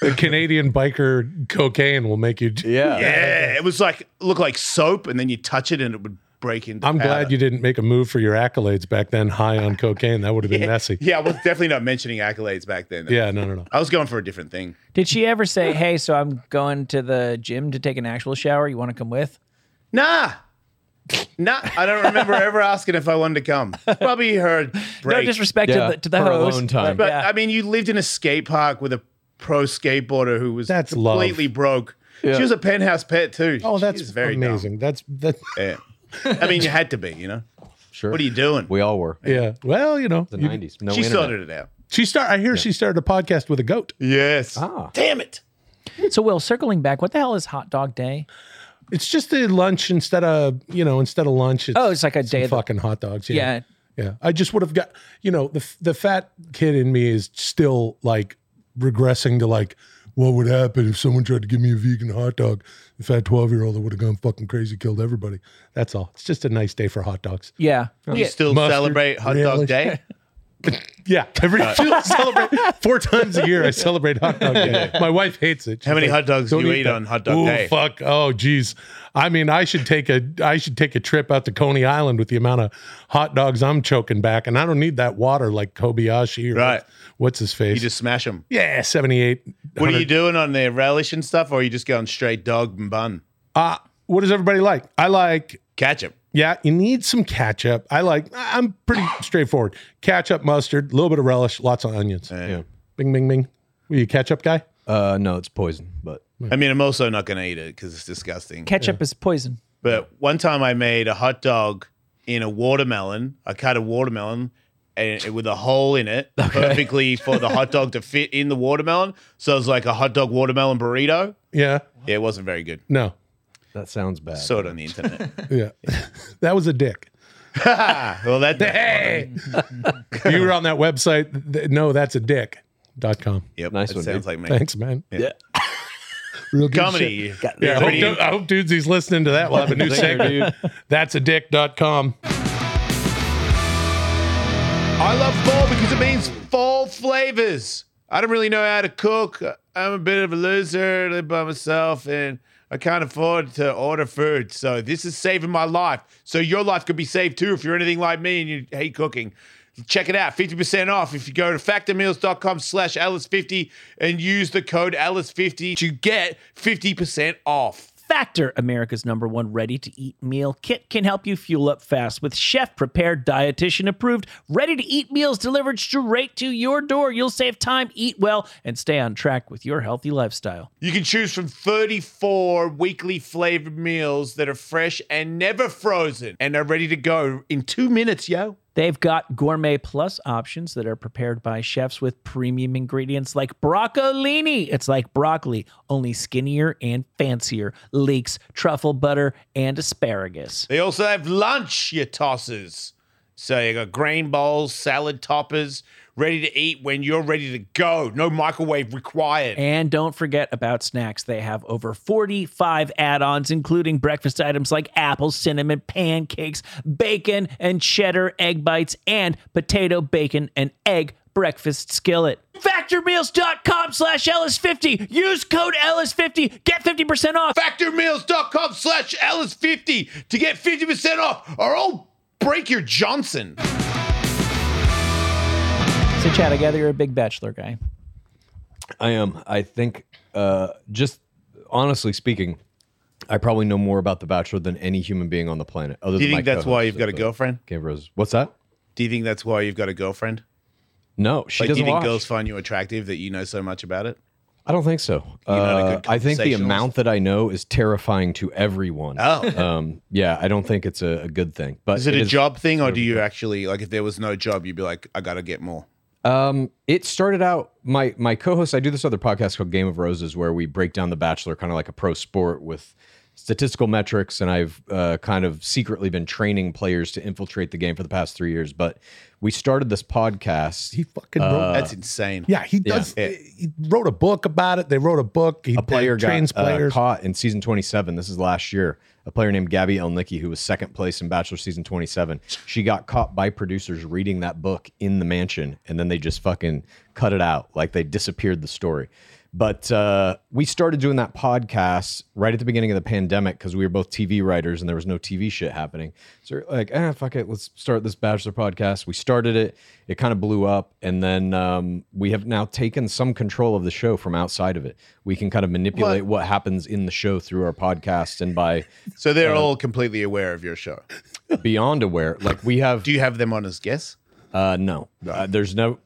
Speaker 6: The Canadian biker cocaine will make you.
Speaker 5: Yeah.
Speaker 3: Yeah, it was like looked like soap, and then you touch it and it would break into.
Speaker 6: I'm glad
Speaker 3: powder.
Speaker 6: you didn't make a move for your accolades back then, high on cocaine. That would have been messy.
Speaker 3: Yeah, I was definitely not mentioning accolades back then.
Speaker 6: Yeah, no, no, no.
Speaker 3: I was going for a different thing.
Speaker 4: Did she ever say, hey, so I'm going to the gym to take an actual shower. You want to come with?
Speaker 3: Nah. Nah, I don't remember ever asking if I wanted to come. Probably her break.
Speaker 4: No disrespect
Speaker 5: Yeah,
Speaker 4: to the, to the
Speaker 5: for
Speaker 4: host.
Speaker 5: alone time.
Speaker 3: But
Speaker 4: yeah.
Speaker 3: I mean, you lived in a skate park with a pro skateboarder who was
Speaker 6: That's love.
Speaker 3: completely broke. She was a penthouse pet too.
Speaker 6: Oh,
Speaker 3: She
Speaker 6: that's
Speaker 3: was very dumb.
Speaker 6: amazing. That's that.
Speaker 3: Yeah. I mean, you had to be, you know.
Speaker 5: Sure.
Speaker 3: What are you doing?
Speaker 5: We all were.
Speaker 6: Yeah. Well, you know,
Speaker 5: The
Speaker 6: you-
Speaker 5: 90s. No
Speaker 3: she
Speaker 5: internet.
Speaker 3: sorted it out.
Speaker 6: she start. I hear she started a podcast with a goat.
Speaker 3: Yes.
Speaker 5: Ah.
Speaker 3: Damn it.
Speaker 4: uh, so, Will, circling back, what the hell is hot dog day?
Speaker 6: It's just a lunch instead of you know instead of lunch. It's
Speaker 4: Oh, it's like a
Speaker 6: some
Speaker 4: day of the-
Speaker 6: fucking hot dogs.
Speaker 4: Yeah.
Speaker 6: Yeah, I just would have got you know the the fat kid in me is still like regressing to like what would happen if someone tried to give me a vegan hot dog? The fat twelve year old that would have gone fucking crazy, killed everybody. That's all. It's just a nice day for hot dogs.
Speaker 4: Yeah.
Speaker 3: You still
Speaker 6: Mustard,
Speaker 3: celebrate hot dog
Speaker 6: relish.
Speaker 3: day?
Speaker 6: Yeah, every
Speaker 3: Uh,
Speaker 6: I celebrate four times a year. I celebrate hot dog day. My wife hates it.
Speaker 3: How
Speaker 6: She's
Speaker 3: many
Speaker 6: like,
Speaker 3: hot dogs do
Speaker 6: "Don't
Speaker 3: you
Speaker 6: eat
Speaker 3: eat
Speaker 6: that."
Speaker 3: on hot dog
Speaker 6: Ooh,
Speaker 3: day?
Speaker 6: fuck. Oh, geez. I mean, I should take a I should take a trip out to Coney Island with the amount of hot dogs I'm choking back, and I don't need that water like Kobayashi or
Speaker 3: Right.
Speaker 6: what's his face.
Speaker 3: You just smash them.
Speaker 6: yeah, seventy eight.
Speaker 3: What are you doing on the relish and stuff, or are you just going straight dog and bun?
Speaker 6: Uh, what does everybody like? I like.
Speaker 3: Ketchup.
Speaker 6: Yeah, you need some ketchup. I like. I'm pretty straightforward. Ketchup, mustard, a little bit of relish, lots of onions.
Speaker 5: Yeah.
Speaker 6: Bing, bing, bing. Were you a ketchup guy?
Speaker 5: Uh, no, it's poison, but
Speaker 3: I mean, I'm also not going to eat it because it's disgusting.
Speaker 4: Ketchup is poison.
Speaker 3: But one time I made a hot dog in a watermelon. I cut a watermelon and it, with a hole in it perfectly for the hot dog to fit in the watermelon. So it was like a hot dog watermelon burrito.
Speaker 6: Yeah.
Speaker 3: Yeah, it wasn't very good.
Speaker 6: No.
Speaker 5: that sounds bad.
Speaker 3: Saw it on the internet.
Speaker 6: Yeah. that was a dick.
Speaker 3: well, that
Speaker 6: Hey. you were on that website. th- No, that's a dick. Dot com.
Speaker 3: Yep,
Speaker 5: Nice
Speaker 3: that
Speaker 5: one,
Speaker 3: sounds like me.
Speaker 6: Thanks, man.
Speaker 5: Yeah.
Speaker 6: Real good shit.
Speaker 3: Comedy.
Speaker 6: Yeah, I hope,
Speaker 3: Pretty-
Speaker 6: du- I hope dudes he's listening to that. We'll have a new segment. That's a dick.com.
Speaker 3: I love fall because it means fall flavors. I don't really know how to cook. I'm a bit of a loser, live by myself, and I can't afford to order food. So this is saving my life. So your life could be saved too if you're anything like me and you hate cooking. Check it out, 50% off if you go to factormeals.com slash Alice50 and use the code Alice50 to get 50% off.
Speaker 4: Factor, America's number one ready to eat meal kit, can help you fuel up fast with chef prepared, dietitian approved, ready to eat meals delivered straight to your door. You'll save time, eat well, and stay on track with your healthy lifestyle.
Speaker 3: You can choose from 34 weekly flavored meals that are fresh and never frozen and are ready to go in two minutes, yo.
Speaker 4: They've got gourmet plus options that are prepared by chefs with premium ingredients like broccolini. It's like broccoli, only skinnier and fancier, leeks, truffle butter, and asparagus.
Speaker 3: They also have lunch, you tossers. So you got grain bowls, salad toppers, ready to eat when you're ready to go. No microwave required.
Speaker 4: And don't forget about snacks. They have over 45 add ons, including breakfast items like apples, cinnamon, pancakes, bacon and cheddar egg bites, and potato, bacon, and egg breakfast skillet. Factormeals.com slash LS50. Use code LS50. Get 50% off.
Speaker 3: Factormeals.com slash Ellis50 to get 50% off or I'll break your Johnson.
Speaker 4: So, Chad, I gather you're a big bachelor guy.
Speaker 5: I am. I think, uh, just honestly speaking, I probably know more about The Bachelor than any human being on the planet. Other
Speaker 3: Do
Speaker 5: than
Speaker 3: you
Speaker 5: my
Speaker 3: think that's why
Speaker 5: co-host
Speaker 3: you've got a
Speaker 5: of the
Speaker 3: girlfriend?
Speaker 5: Game Rose. What's that?
Speaker 3: Do you think that's why you've got a girlfriend?
Speaker 5: No, she
Speaker 3: Like, do
Speaker 5: doesn't
Speaker 3: you think
Speaker 5: watch.
Speaker 3: girls find you attractive that you know so much about it?
Speaker 5: I don't think so.
Speaker 3: not a
Speaker 5: Uh,
Speaker 3: good
Speaker 5: I think the
Speaker 3: conversationalist.
Speaker 5: amount that I know is terrifying to everyone.
Speaker 3: Oh.
Speaker 5: Um, yeah, I don't think it's a, a good thing. But
Speaker 3: Is it, a
Speaker 5: is-
Speaker 3: job thing or do you actually, like, if there was no job, you'd be like, I got to get more?
Speaker 5: Um, it started out my my co-host. I do this other podcast called Game of Roses, where we break down The Bachelor, kind of like a pro sport with statistical metrics. And I've uh, kind of secretly been training players to infiltrate the game for the past three years. But we started this podcast.
Speaker 6: He fucking
Speaker 5: Uh,
Speaker 6: wrote
Speaker 3: That's insane.
Speaker 6: Yeah, he does. He wrote a book about it. They wrote a book. He
Speaker 5: a player
Speaker 6: they trains
Speaker 5: got uh,
Speaker 6: players.
Speaker 5: caught in season 27. This is last year. A player named Gabby Elnicki, who was second place in Bachelor season 27, she got caught by producers reading that book in the mansion, and then they just fucking cut it out, like they disappeared the story. But uh, we started doing that podcast right at the beginning of the pandemic because we were both TV writers and there was no TV shit happening. So we're like, ah, fuck it, let's start this Bachelor podcast. We started it, it kind of blew up, and then um, we have now taken some control of the show from outside of it. We can kind of manipulate what happens in the show through our podcast and by
Speaker 3: So they're
Speaker 5: Uh,
Speaker 3: all completely aware of your show.
Speaker 5: beyond aware. Like we have
Speaker 3: Do you have them on as guests?
Speaker 5: Uh, no, Uh, there's no.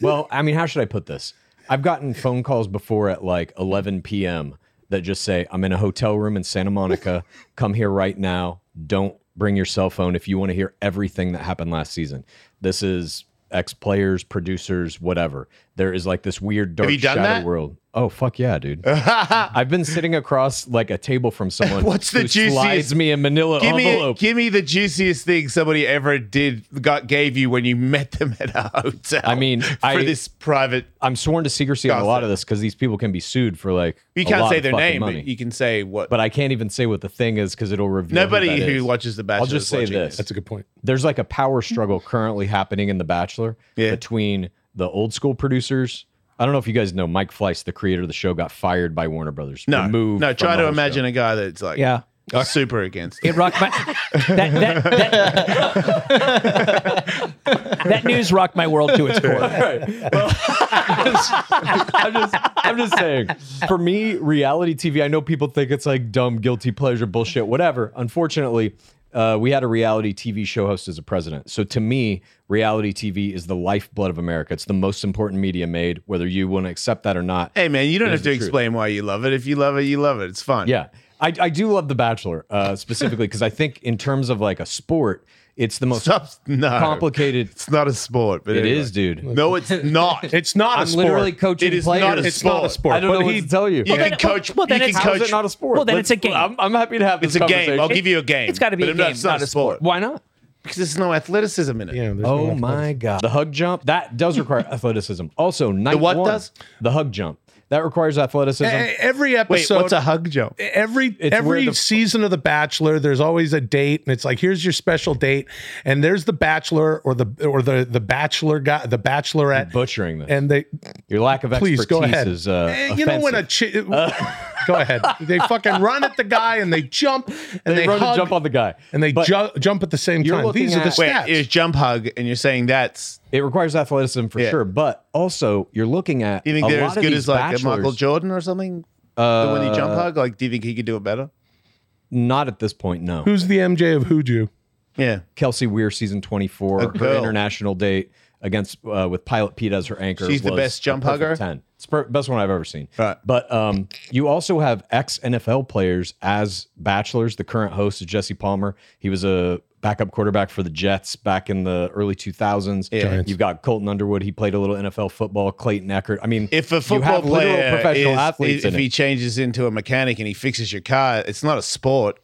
Speaker 5: Well, I mean, how should I put this? I've gotten phone calls before at like 11 p.m. that just say, "I'm in a hotel room in Santa Monica. Come here right now. Don't bring your cell phone if you want to hear everything that happened last season." This is ex players, producers, whatever. there is like this weird dark
Speaker 3: you done
Speaker 5: shadow
Speaker 3: that?
Speaker 5: world. Oh fuck yeah, dude! I've been sitting across like a table from someone.
Speaker 3: What's the
Speaker 5: who slides
Speaker 3: juiciest-
Speaker 5: me a Manila
Speaker 3: Give me,
Speaker 5: envelope.
Speaker 3: give me the juiciest thing somebody ever did got gave you when you met them at a hotel.
Speaker 5: I mean,
Speaker 3: for
Speaker 5: I-
Speaker 3: this private,
Speaker 5: I'm sworn to secrecy on a lot
Speaker 3: Gossip.
Speaker 5: of this because these people can be sued for like
Speaker 3: you
Speaker 5: a
Speaker 3: can't
Speaker 5: lot
Speaker 3: say
Speaker 5: of
Speaker 3: their
Speaker 5: fucking
Speaker 3: name,
Speaker 5: money.
Speaker 3: but you can say what.
Speaker 5: but I can't even say what the thing is because it'll reveal.
Speaker 3: nobody
Speaker 5: who, that
Speaker 3: who
Speaker 5: is.
Speaker 3: watches The Bachelor.
Speaker 5: I'll just
Speaker 3: is
Speaker 5: say
Speaker 3: watching
Speaker 5: this:
Speaker 6: That's a good point.
Speaker 5: there's like a power struggle currently happening in The Bachelor
Speaker 3: Yeah.
Speaker 5: between the old school producers. I don't know if you guys know Mike Fleiss, the creator of the show, got fired by Warner Brothers.
Speaker 3: No,
Speaker 5: removed
Speaker 3: no.
Speaker 5: from
Speaker 3: Try
Speaker 5: the
Speaker 3: to
Speaker 5: whole
Speaker 3: imagine
Speaker 5: show.
Speaker 3: a guy that's like
Speaker 4: Yeah.
Speaker 3: super against.
Speaker 4: It rocked my that that, that, that news rocked my world to its core.
Speaker 5: I'm just, I'm just saying. For me, reality TV. I know people think it's like dumb, guilty pleasure bullshit, whatever. Unfortunately, uh, we had a reality TV show host as a president. So to me, reality TV is the lifeblood of America. It's the most important media made, whether you want to accept that or not.
Speaker 3: Hey man, you don't
Speaker 5: Here's
Speaker 3: have to
Speaker 5: the truth.
Speaker 3: explain why you love it. If you love it, you love it. It's fun.
Speaker 5: Yeah. I, I do love The Bachelor uh, specifically because I think in terms of like a sport, it's the most
Speaker 3: Stop. No.
Speaker 5: complicated.
Speaker 3: It's not a sport, but
Speaker 5: It
Speaker 3: anyway.
Speaker 5: is, dude.
Speaker 3: No, it's not.
Speaker 6: It's not a
Speaker 5: I'm
Speaker 6: sport.
Speaker 5: literally coaching
Speaker 3: It is
Speaker 5: players.
Speaker 3: not a
Speaker 6: it's not a sport.
Speaker 5: I don't
Speaker 6: but
Speaker 5: know what
Speaker 6: he-
Speaker 5: to tell you.
Speaker 3: you
Speaker 4: then-
Speaker 3: can coach.
Speaker 4: well, then
Speaker 3: you
Speaker 4: it's-
Speaker 3: can
Speaker 5: How is
Speaker 3: coach.
Speaker 5: it not a sport?
Speaker 4: Well, then it's a game.
Speaker 5: I'm, I'm happy to have this
Speaker 3: It's a game. I'll
Speaker 5: conversation.
Speaker 3: give you a game.
Speaker 4: it's gotta be
Speaker 3: But
Speaker 4: a
Speaker 3: I'm not-
Speaker 4: game,
Speaker 3: It's
Speaker 4: not
Speaker 3: not
Speaker 4: a
Speaker 3: a sport
Speaker 5: Why not?
Speaker 3: because there's no athleticism in it.
Speaker 6: Yeah, there's no
Speaker 5: Oh
Speaker 6: athletics.
Speaker 5: my god. The hug jump, that does require athleticism. Also, night
Speaker 3: what
Speaker 5: one,
Speaker 3: does?
Speaker 5: the hug jump. That requires athleticism.
Speaker 6: E- Every
Speaker 3: Wait,
Speaker 6: episode,
Speaker 3: what's a hug jump?
Speaker 6: every every
Speaker 5: where the-
Speaker 6: season of The Bachelor, there's always a date, and it's like, here's your special date, and there's the Bachelor or the or the the Bachelor guy, the Bachelorette,
Speaker 5: Butchering this.
Speaker 6: and they
Speaker 5: Your lack of
Speaker 6: please
Speaker 5: expertise
Speaker 6: go ahead.
Speaker 5: is uh,
Speaker 6: Eh, you know when a
Speaker 5: offensive. Uh,
Speaker 6: chi- go ahead, they fucking run at the guy and they jump and
Speaker 5: they,
Speaker 6: they,
Speaker 5: run
Speaker 6: hug,
Speaker 5: and jump on the guy.
Speaker 6: and they
Speaker 5: But
Speaker 6: ju- jump at the same
Speaker 5: You're
Speaker 6: time.
Speaker 5: looking
Speaker 6: These are the
Speaker 5: at-
Speaker 3: Wait,
Speaker 6: stats.
Speaker 3: it's jump hug, and you're saying that's
Speaker 5: it requires athleticism for
Speaker 3: Yeah.
Speaker 5: sure, but also you're looking at
Speaker 3: Do you think
Speaker 5: a
Speaker 3: they're
Speaker 5: lot
Speaker 3: as
Speaker 5: of
Speaker 3: good
Speaker 5: these
Speaker 3: as like a Michael
Speaker 5: bachelors- Uh,
Speaker 3: Jordan or something? the one he jump hug? Like, do you think he could do it better?
Speaker 5: Not at this point, no.
Speaker 6: Who's the MJ of Hoodoo?
Speaker 3: Yeah.
Speaker 5: Kelsey Weir season 24, her
Speaker 3: girl.
Speaker 5: international date against uh, with Pilot Pete as her anchor.
Speaker 3: She's the
Speaker 5: was
Speaker 3: best
Speaker 5: a
Speaker 3: jump
Speaker 5: perfect
Speaker 3: hugger?
Speaker 5: 10. It's per- best one I've ever seen.
Speaker 3: Right.
Speaker 5: But um, you also have ex NFL players as bachelors. The current host is Jesse Palmer. He was a backup quarterback for the Jets back in the early 2000s.
Speaker 3: Giants.
Speaker 5: You've got Colton Underwood. He played a little NFL football. Clayton Eckert. I mean,
Speaker 3: If a
Speaker 5: you
Speaker 3: football
Speaker 5: have literal
Speaker 3: player
Speaker 5: professional
Speaker 3: is-
Speaker 5: athletes
Speaker 3: if
Speaker 5: in
Speaker 3: he
Speaker 5: it.
Speaker 3: changes into a mechanic and he fixes your car, it's not a sport.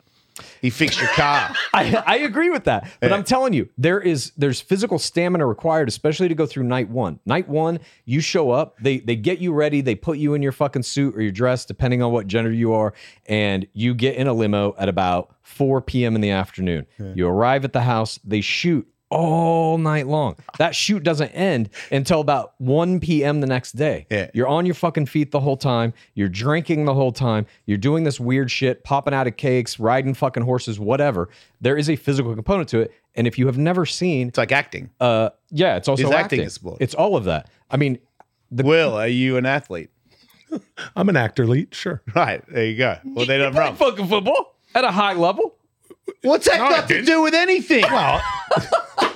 Speaker 3: He fixed your car.
Speaker 5: I, I agree with that. But I'm telling you, there is there's physical stamina required, especially to go through night one. Night one, you show up, they they get you ready, they put you in your fucking suit or your dress, depending on what gender you are, and you get in a limo at about 4 p.m. in the afternoon. You arrive at the house, they shoot all night long. That shoot doesn't end until about 1 p.m. the next day.
Speaker 3: Yeah.
Speaker 5: You're on your fucking feet the whole time. You're drinking the whole time. You're doing this weird shit, popping out of cakes, riding fucking horses, whatever. There is a physical component to it. And if you have never seen,
Speaker 3: It's like acting.
Speaker 5: uh, yeah, it's also
Speaker 3: Is
Speaker 5: acting.
Speaker 3: acting a sport?
Speaker 5: It's all of that. I mean,
Speaker 3: Will, are you an athlete?
Speaker 6: I'm an actor lead, sure.
Speaker 3: Right. There you go. Well, they don't wrong.
Speaker 5: fucking football at a high level.
Speaker 3: What's that got to do with anything?
Speaker 6: Well,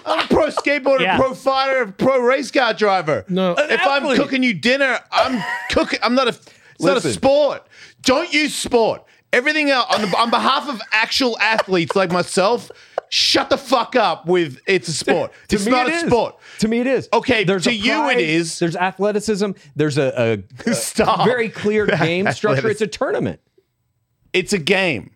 Speaker 3: I'm a pro skateboarder,
Speaker 4: Yeah.
Speaker 3: pro fighter, pro race car driver.
Speaker 6: No. An
Speaker 3: if I'm
Speaker 5: athlete.
Speaker 3: cooking you dinner, I'm cooking. I'm not a. It's not a
Speaker 5: Listen.
Speaker 3: sport. Don't use sport. Everything else on, the, on behalf of actual athletes like myself, shut the fuck up with it's a sport.
Speaker 5: To
Speaker 3: it's
Speaker 5: me,
Speaker 3: not
Speaker 5: it
Speaker 3: a
Speaker 5: is.
Speaker 3: sport.
Speaker 5: To me, it is.
Speaker 3: Okay, to
Speaker 5: a
Speaker 3: you it
Speaker 5: prize,
Speaker 3: is.
Speaker 5: There's athleticism. There's a, a,
Speaker 3: Stop.
Speaker 5: a very clear game structure.
Speaker 3: Athleticism.
Speaker 5: It's a tournament.
Speaker 3: It's a game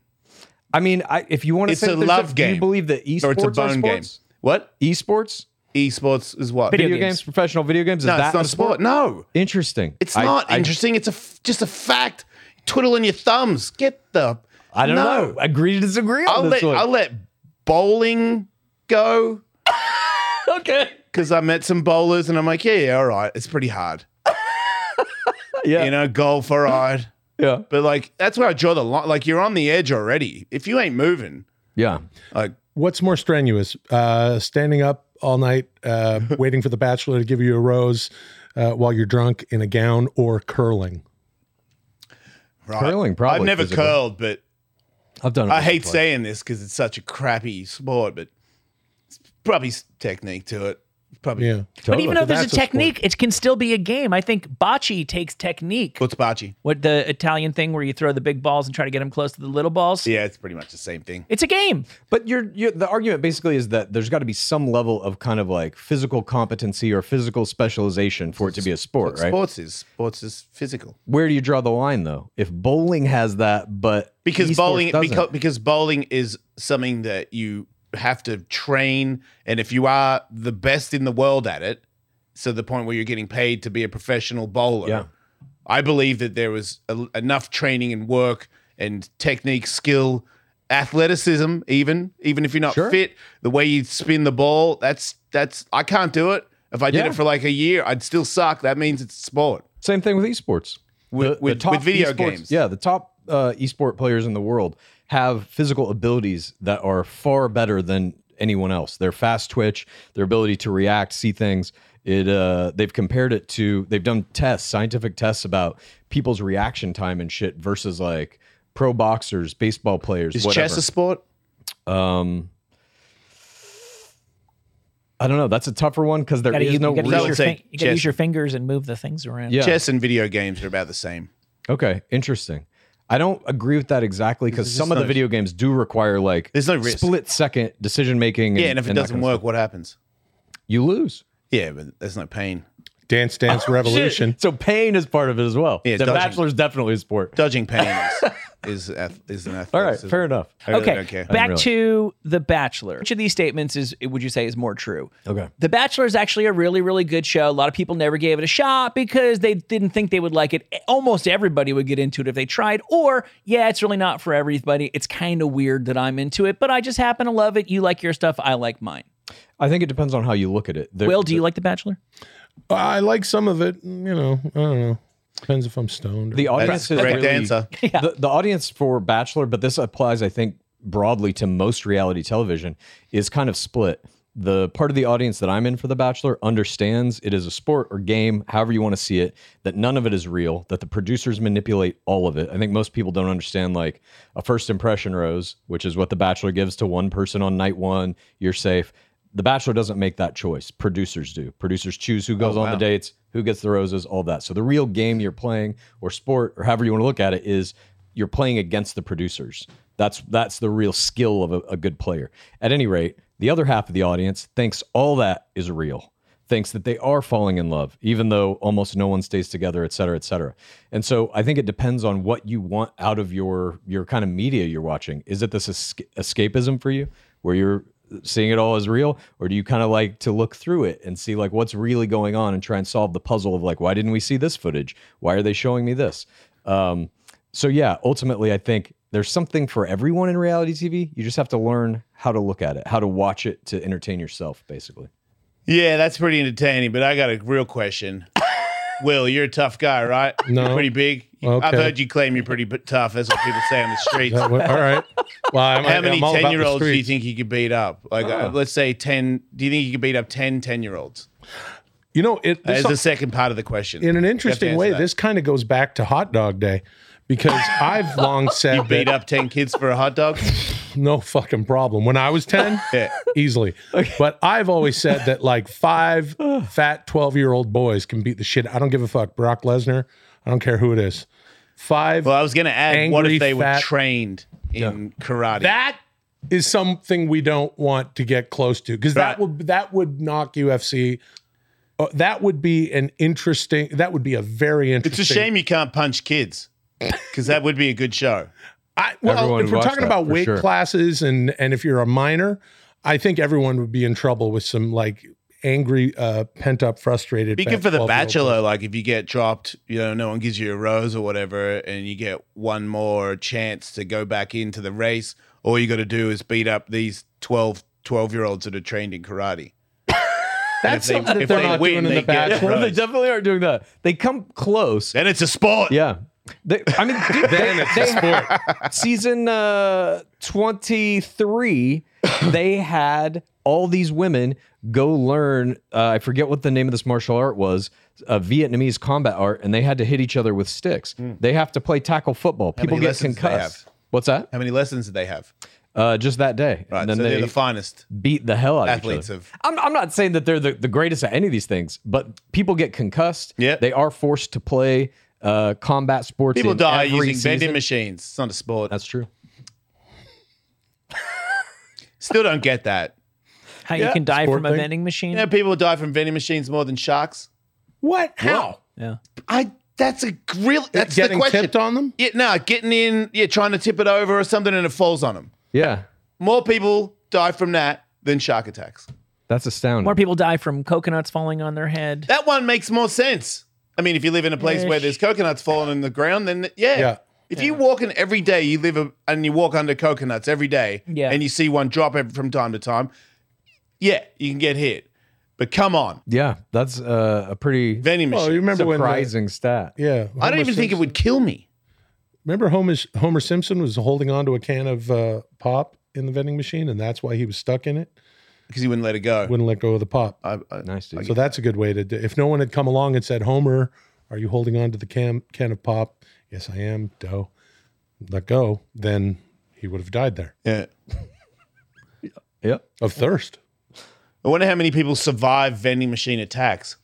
Speaker 5: I mean, I, if you want to
Speaker 3: It's
Speaker 5: say
Speaker 3: a
Speaker 5: that there's
Speaker 3: love
Speaker 5: do you
Speaker 3: game.
Speaker 5: believe that
Speaker 3: or
Speaker 5: esports
Speaker 3: it's a
Speaker 5: are
Speaker 3: bone game.
Speaker 5: sports?
Speaker 3: What
Speaker 5: Esports,
Speaker 3: esports is what?
Speaker 4: Video
Speaker 5: video
Speaker 4: games.
Speaker 5: games. professional video games. Is
Speaker 3: No,
Speaker 5: that
Speaker 3: it's not a sport. No,
Speaker 5: Interesting.
Speaker 3: it's
Speaker 5: I-
Speaker 3: not
Speaker 5: I-
Speaker 3: interesting. it's a f- just a fact. Twiddling your thumbs. Get the.
Speaker 5: I, don't
Speaker 3: No.
Speaker 5: know. Agree to disagree on
Speaker 3: I'll
Speaker 5: this
Speaker 3: let
Speaker 5: one.
Speaker 3: I'll let bowling go
Speaker 5: okay.
Speaker 3: because I met some bowlers and I'm like, yeah, yeah, all right, it's pretty hard.
Speaker 5: Yeah.
Speaker 3: You know, golf, all right,
Speaker 5: Yeah.
Speaker 3: but like that's where I draw the line. Like you're on the edge already. If you ain't moving,
Speaker 5: Yeah.
Speaker 3: like
Speaker 6: what's more strenuous? Uh, standing up all night, uh, waiting for the bachelor to give you a rose uh, while you're drunk in a gown, or curling?
Speaker 3: right.
Speaker 5: Curling, probably
Speaker 3: I've never
Speaker 5: physical.
Speaker 3: curled, but
Speaker 5: I've done. it
Speaker 3: I hate
Speaker 5: before.
Speaker 3: saying this because it's such a crappy sport, but it's probably s- technique to it. Probably.
Speaker 6: Yeah.
Speaker 4: But even though there's a
Speaker 6: That's a sport.
Speaker 4: technique, it can still be a game. I think bocce takes technique.
Speaker 3: What's bocce?
Speaker 4: What the Italian thing where you throw the big balls and try to get them close to the little balls?
Speaker 3: Yeah, it's pretty much the same thing.
Speaker 4: It's a game.
Speaker 5: But you're, you're, the argument basically is that there's got to be some level of kind of like physical competency or physical specialization for it to be a sport, right?
Speaker 3: Sports is sports is physical
Speaker 5: Where do you draw the line though? If bowling has that, but
Speaker 3: because
Speaker 5: esports
Speaker 3: bowling
Speaker 5: doesn't.
Speaker 3: because, because bowling is something that you have to train, and if you are the best in the world at it, so the point where you're getting paid to be a professional bowler,
Speaker 5: Yeah.
Speaker 3: I believe that there was a, enough training and work and technique, skill, athleticism, even even if you're not
Speaker 5: Sure.
Speaker 3: fit, the way you spin the ball, that's that's I can't do it. If I did
Speaker 5: Yeah.
Speaker 3: it for like a year, I'd still suck. That means it's sport.
Speaker 5: same thing with esports.
Speaker 3: With- with- with video
Speaker 5: esports-
Speaker 3: games.
Speaker 5: yeah, the top uh, esport players in the world have physical abilities that are far better than anyone else. Their fast twitch, their ability to react, see things. It uh, they've compared it to they've done tests, scientific tests about people's reaction time and shit versus like pro boxers, baseball players,
Speaker 3: Is
Speaker 5: whatever.
Speaker 3: chess a sport?
Speaker 5: I don't know. That's a tougher one because there
Speaker 4: Gotta
Speaker 5: is
Speaker 4: use-
Speaker 5: no
Speaker 4: you gotta
Speaker 5: real.
Speaker 4: use your,
Speaker 3: That would
Speaker 4: fin-
Speaker 3: say
Speaker 4: you gotta use
Speaker 3: chess.
Speaker 4: your fingers and move the things around.
Speaker 5: Yeah.
Speaker 3: Chess and video games are about the same.
Speaker 5: Okay, interesting. I don't agree with that exactly because some of the video games do require like
Speaker 3: There's no risk.
Speaker 5: split second decision making.
Speaker 3: Yeah, and if it doesn't work, what happens?
Speaker 5: you lose.
Speaker 3: Yeah, but there's no pain.
Speaker 6: Dance
Speaker 3: Oh,
Speaker 6: Dance Revolution.
Speaker 5: So pain is part of it as well.
Speaker 3: Yeah,
Speaker 5: the
Speaker 3: dodging.
Speaker 5: Bachelor's definitely a sport.
Speaker 3: Dodging pain is, is ath- is an athleticism.
Speaker 5: All right, fair enough.
Speaker 3: I really
Speaker 4: okay.
Speaker 3: don't care.
Speaker 4: Back
Speaker 5: really-
Speaker 4: to The Bachelor. Which of these statements is would you say is more true?
Speaker 5: Okay.
Speaker 4: The Bachelor is actually a really, really good show. A lot of people never gave it a shot because they didn't think they would like it. Almost everybody would get into it if they tried. Or, yeah, it's really not for everybody. It's kind of weird that I'm into it, but I just happen to love it. You like your stuff, I like mine.
Speaker 5: I think it depends on how you look at it. There-
Speaker 4: Will, do you like The Bachelor?
Speaker 6: I like some of it. mm, You know, I don't know. Depends if I'm stoned.
Speaker 5: the audience
Speaker 3: That's
Speaker 5: is
Speaker 3: the correct
Speaker 5: really,
Speaker 3: answer.
Speaker 5: the, the audience for Bachelor, but this applies, I think, broadly to most reality television, is kind of split. The part of the audience that I'm in for The Bachelor understands it is a sport or game, however you want to see it, that none of it is real, that the producers manipulate all of it. I think most people don't understand, like, a first impression rose, which is what The Bachelor gives to one person on night one, you're safe. The Bachelor doesn't make that choice. Producers do. Producers choose who goes on the dates, who gets the roses, all that. So the real game you're playing, or sport, or however you want to look at it, is you're playing against the producers. That's that's the real skill of a, a good player. At any rate, the other half of the audience thinks all that is real, thinks that they are falling in love, even though almost no one stays together, et cetera, et cetera. And so I think it depends on what you want out of your your kind of media you're watching. Is it this esca- escapism for you, where you're seeing it all as real or do you kind of like to look through it and see like what's really going on and try and solve the puzzle of like why didn't we see this footage why are they showing me this um, so yeah ultimately i think there's something for everyone in reality tv you just have to learn how to look at it how to watch it to entertain yourself basically
Speaker 3: Yeah, that's pretty entertaining. But I got a real question. Will, you're a tough guy, right?
Speaker 6: No.
Speaker 3: You're pretty big.
Speaker 6: Okay.
Speaker 3: I've heard you claim you're pretty b- tough. That's what people say on the streets.
Speaker 6: That wa- all right. Well, I'm,
Speaker 3: How
Speaker 6: I'm
Speaker 3: many
Speaker 6: all about the
Speaker 3: 10 year olds do you
Speaker 6: streets.
Speaker 3: think you could beat up? Like, uh, let's say 10. Do you think you could beat up 10 10 year olds?
Speaker 6: You know, it,
Speaker 3: As
Speaker 6: this-
Speaker 3: the second part of the question.
Speaker 6: in an
Speaker 3: Uh, You have to
Speaker 6: interesting
Speaker 3: answer
Speaker 6: way,
Speaker 3: that.
Speaker 6: this kind of goes back to Hot Dog Day because I've long said
Speaker 3: You beat
Speaker 6: that-
Speaker 3: up 10 kids for a hot dog?
Speaker 6: no fucking problem. When I was 10,
Speaker 3: Yeah.
Speaker 6: easily. But I've always said that like five fat 12 year old boys can beat the shit. I don't give a fuck. Brock Lesnar, I don't care who it is. Five
Speaker 3: Well, I was going to add, what
Speaker 6: Angry,
Speaker 3: if they were
Speaker 6: fat-
Speaker 3: trained in karate?
Speaker 6: that is something we don't want to get close to because
Speaker 3: Right.
Speaker 6: that would that would knock UFC. Uh, that would be an interesting. That would be a very
Speaker 3: It's
Speaker 6: interesting.
Speaker 3: a shame you can't punch kids because that would be a good show.
Speaker 6: I, well,
Speaker 5: Everyone would
Speaker 6: if we're
Speaker 5: watch
Speaker 6: talking
Speaker 5: that,
Speaker 6: about
Speaker 5: for
Speaker 6: weight
Speaker 5: sure.
Speaker 6: classes and and if you're a minor, I think everyone would be in trouble with some like angry, uh, pent up, frustrated.
Speaker 3: Speaking
Speaker 6: fat
Speaker 3: for The
Speaker 6: 12-year-old
Speaker 3: Bachelor, like if you get dropped, you know, no one gives you a rose or whatever, and you get one more chance to go back into the race, all you got to do is beat up these 12, 12 year olds that are trained in karate.
Speaker 6: That's
Speaker 3: they-
Speaker 6: something
Speaker 3: if
Speaker 6: that they're
Speaker 3: they
Speaker 6: not
Speaker 3: win,
Speaker 6: doing in
Speaker 3: they
Speaker 6: the
Speaker 3: get-
Speaker 6: Bachelor.
Speaker 3: Right.
Speaker 5: they definitely aren't doing that they come close
Speaker 3: Then it's a sport.
Speaker 5: yeah they, i mean dude, they, they- season uh 23 they had all these women go learn uh, i forget what the name of this martial art was uh, vietnamese combat art and they had to hit each other with sticks they have to play tackle football people
Speaker 3: Hmm. many
Speaker 5: get
Speaker 3: lessons do they
Speaker 5: concussed what's that
Speaker 3: How many lessons did they have?
Speaker 5: uh, just that day.
Speaker 3: Right,
Speaker 5: and then
Speaker 3: so
Speaker 5: they
Speaker 3: they're the finest
Speaker 5: beat the hell out
Speaker 3: Athletes
Speaker 5: of
Speaker 3: of-
Speaker 5: each other. I'm, I'm not saying that they're the, the greatest at any of these things, but people get concussed.
Speaker 3: Yeah.
Speaker 5: They are forced to play uh, combat sports.
Speaker 3: people
Speaker 5: in
Speaker 3: die
Speaker 5: every
Speaker 3: using vending
Speaker 5: season.
Speaker 3: machines. It's not a sport.
Speaker 5: That's true.
Speaker 3: Still don't get that.
Speaker 4: How
Speaker 5: Yeah,
Speaker 4: you can die
Speaker 6: sport
Speaker 4: from a
Speaker 6: thing.
Speaker 4: vending machine?
Speaker 3: You know, people die from vending machines more than sharks.
Speaker 5: What? How?
Speaker 4: Yeah.
Speaker 3: I. That's a real. That's
Speaker 6: Getting
Speaker 3: the question.
Speaker 6: tipped on them?
Speaker 3: Yeah, no, getting in. Yeah, trying to tip it over or something, and it falls on them.
Speaker 5: Yeah.
Speaker 3: More people die from that than shark attacks.
Speaker 5: That's astounding.
Speaker 4: More people die from coconuts falling on their head.
Speaker 3: That one makes more sense. I mean, if you live in a place where
Speaker 4: Ish.
Speaker 3: there's coconuts falling in the ground, then th- yeah.
Speaker 6: Yeah.
Speaker 3: If you walk in every day, you live a, and you walk under coconuts every day,
Speaker 4: Yeah.
Speaker 3: and you see one drop ev- from time to time, yeah, you can get hit. But come on,
Speaker 5: yeah. That's uh, a pretty
Speaker 3: vending machine.
Speaker 6: Well, you remember when? the-
Speaker 5: surprising stat.
Speaker 6: yeah.
Speaker 3: I don't even think it would kill me.
Speaker 6: Remember Homer, Homer Simpson was holding on to a can of uh, pop in the vending machine, and that's why he was stuck in it.
Speaker 3: because he wouldn't let it go.
Speaker 6: Wouldn't let go of the pop.
Speaker 3: I, Uh, I,
Speaker 5: Nice, dude.
Speaker 6: So that's a good way to do. If no one had come along and said, "Homer, are you holding on to the can can of pop?" Yes, I am. Doe, let go. Then he would have died there
Speaker 3: yeah.
Speaker 5: yep.
Speaker 6: of thirst.
Speaker 3: I wonder how many people survive vending machine attacks.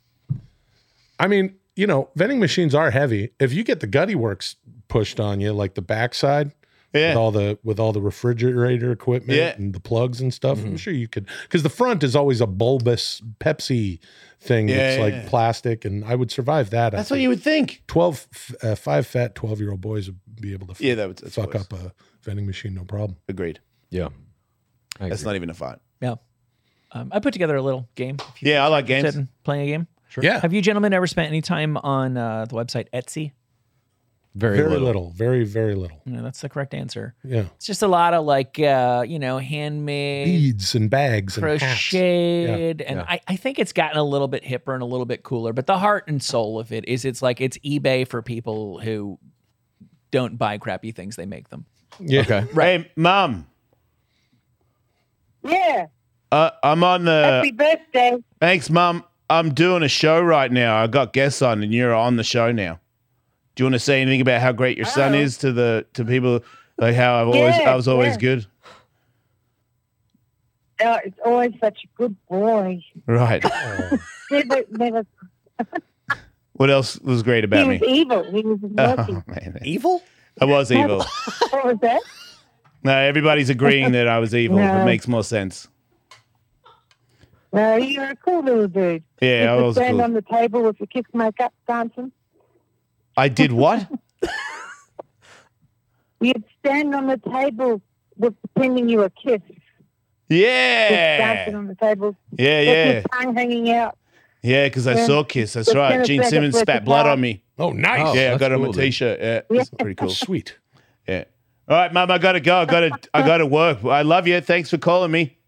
Speaker 6: I mean, you know, vending machines are heavy. If you get the gutty works pushed on you, like the backside,
Speaker 3: Yeah.
Speaker 6: with all the with all the refrigerator equipment
Speaker 3: Yeah. Mm-hmm.
Speaker 6: and the plugs and stuff. I'm sure you could because the front is always a bulbous Pepsi thing that's
Speaker 3: Yeah,
Speaker 6: like
Speaker 3: yeah.
Speaker 6: plastic, and I would survive that.
Speaker 3: That's what you would think.
Speaker 6: twelve f- uh, five fat twelve year old boys would be able to f-
Speaker 3: Yeah, that would that's
Speaker 6: fuck
Speaker 3: worse.
Speaker 6: up a vending machine, no problem.
Speaker 3: Agreed.
Speaker 5: Yeah. I
Speaker 3: That's
Speaker 5: agree.
Speaker 3: not even a fight.
Speaker 4: Yeah. Um, I put together a little game. If
Speaker 3: Yeah, I like
Speaker 4: you're
Speaker 3: games.
Speaker 4: interested in playing a game.
Speaker 6: Yeah,
Speaker 4: Have you gentlemen ever spent any time on uh, the website Etsy?
Speaker 5: very,
Speaker 6: very
Speaker 5: little.
Speaker 6: little. very very little.
Speaker 4: No, that's the correct answer.
Speaker 6: Yeah,
Speaker 4: It's just a lot of like, uh, you know, handmade
Speaker 6: beads and bags and hats.
Speaker 4: crocheted. And
Speaker 5: yeah.
Speaker 4: I, I think it's gotten a little bit hipper and a little bit cooler. But the heart and soul of it is it's like it's eBay for people who don't buy crappy things, they make them.
Speaker 6: Yeah,
Speaker 5: Okay.
Speaker 3: Hey, mum,
Speaker 1: Yeah.
Speaker 3: uh, I'm on
Speaker 1: Happy
Speaker 3: the.
Speaker 1: birthday.
Speaker 3: Thanks, mum. I'm doing a show right now. I got guests on, and you're on the show now. Do you want to say anything about how great your son
Speaker 1: Oh.
Speaker 3: is to the to people? Like how I've always
Speaker 1: Yeah,
Speaker 3: I was always
Speaker 1: yeah.
Speaker 3: good.
Speaker 1: Oh, it's always such a good boy.
Speaker 3: Right.
Speaker 6: Oh,
Speaker 1: Never, never.
Speaker 3: what else was great
Speaker 1: He
Speaker 3: about
Speaker 1: was
Speaker 3: me?
Speaker 1: evil. He was naughty.
Speaker 3: Oh, man.
Speaker 4: Evil?
Speaker 3: I was evil.
Speaker 1: What was that?
Speaker 3: No, everybody's agreeing that I was evil. It
Speaker 1: No.
Speaker 3: makes more sense.
Speaker 1: No, you're a cool little dude.
Speaker 3: Yeah, I
Speaker 1: you could
Speaker 3: was
Speaker 1: stand
Speaker 3: cool.
Speaker 1: on the table with your kiss makeup dancing.
Speaker 3: I did what?
Speaker 1: You'd stand on the table with pretending you were kissed. Dancing
Speaker 3: Yeah.
Speaker 1: on the table
Speaker 3: Yeah, yeah.
Speaker 1: with your tongue hanging out.
Speaker 3: Yeah, because I
Speaker 1: Yeah.
Speaker 3: saw Kiss. That's
Speaker 1: Just
Speaker 3: right.
Speaker 1: gonna
Speaker 3: Gene
Speaker 1: drag it
Speaker 3: Simmons
Speaker 1: with
Speaker 3: spat
Speaker 1: the
Speaker 3: blood
Speaker 1: towel.
Speaker 3: on me.
Speaker 6: Oh, nice.
Speaker 5: Oh,
Speaker 3: yeah, I
Speaker 5: that's
Speaker 3: got it on my
Speaker 5: cool, dude.
Speaker 3: t-shirt. Yeah,
Speaker 1: Yeah.
Speaker 3: it's pretty cool.
Speaker 6: Sweet.
Speaker 3: Yeah. All right, Mum, I gotta go. I gotta I gotta work. I love you. Thanks for calling me.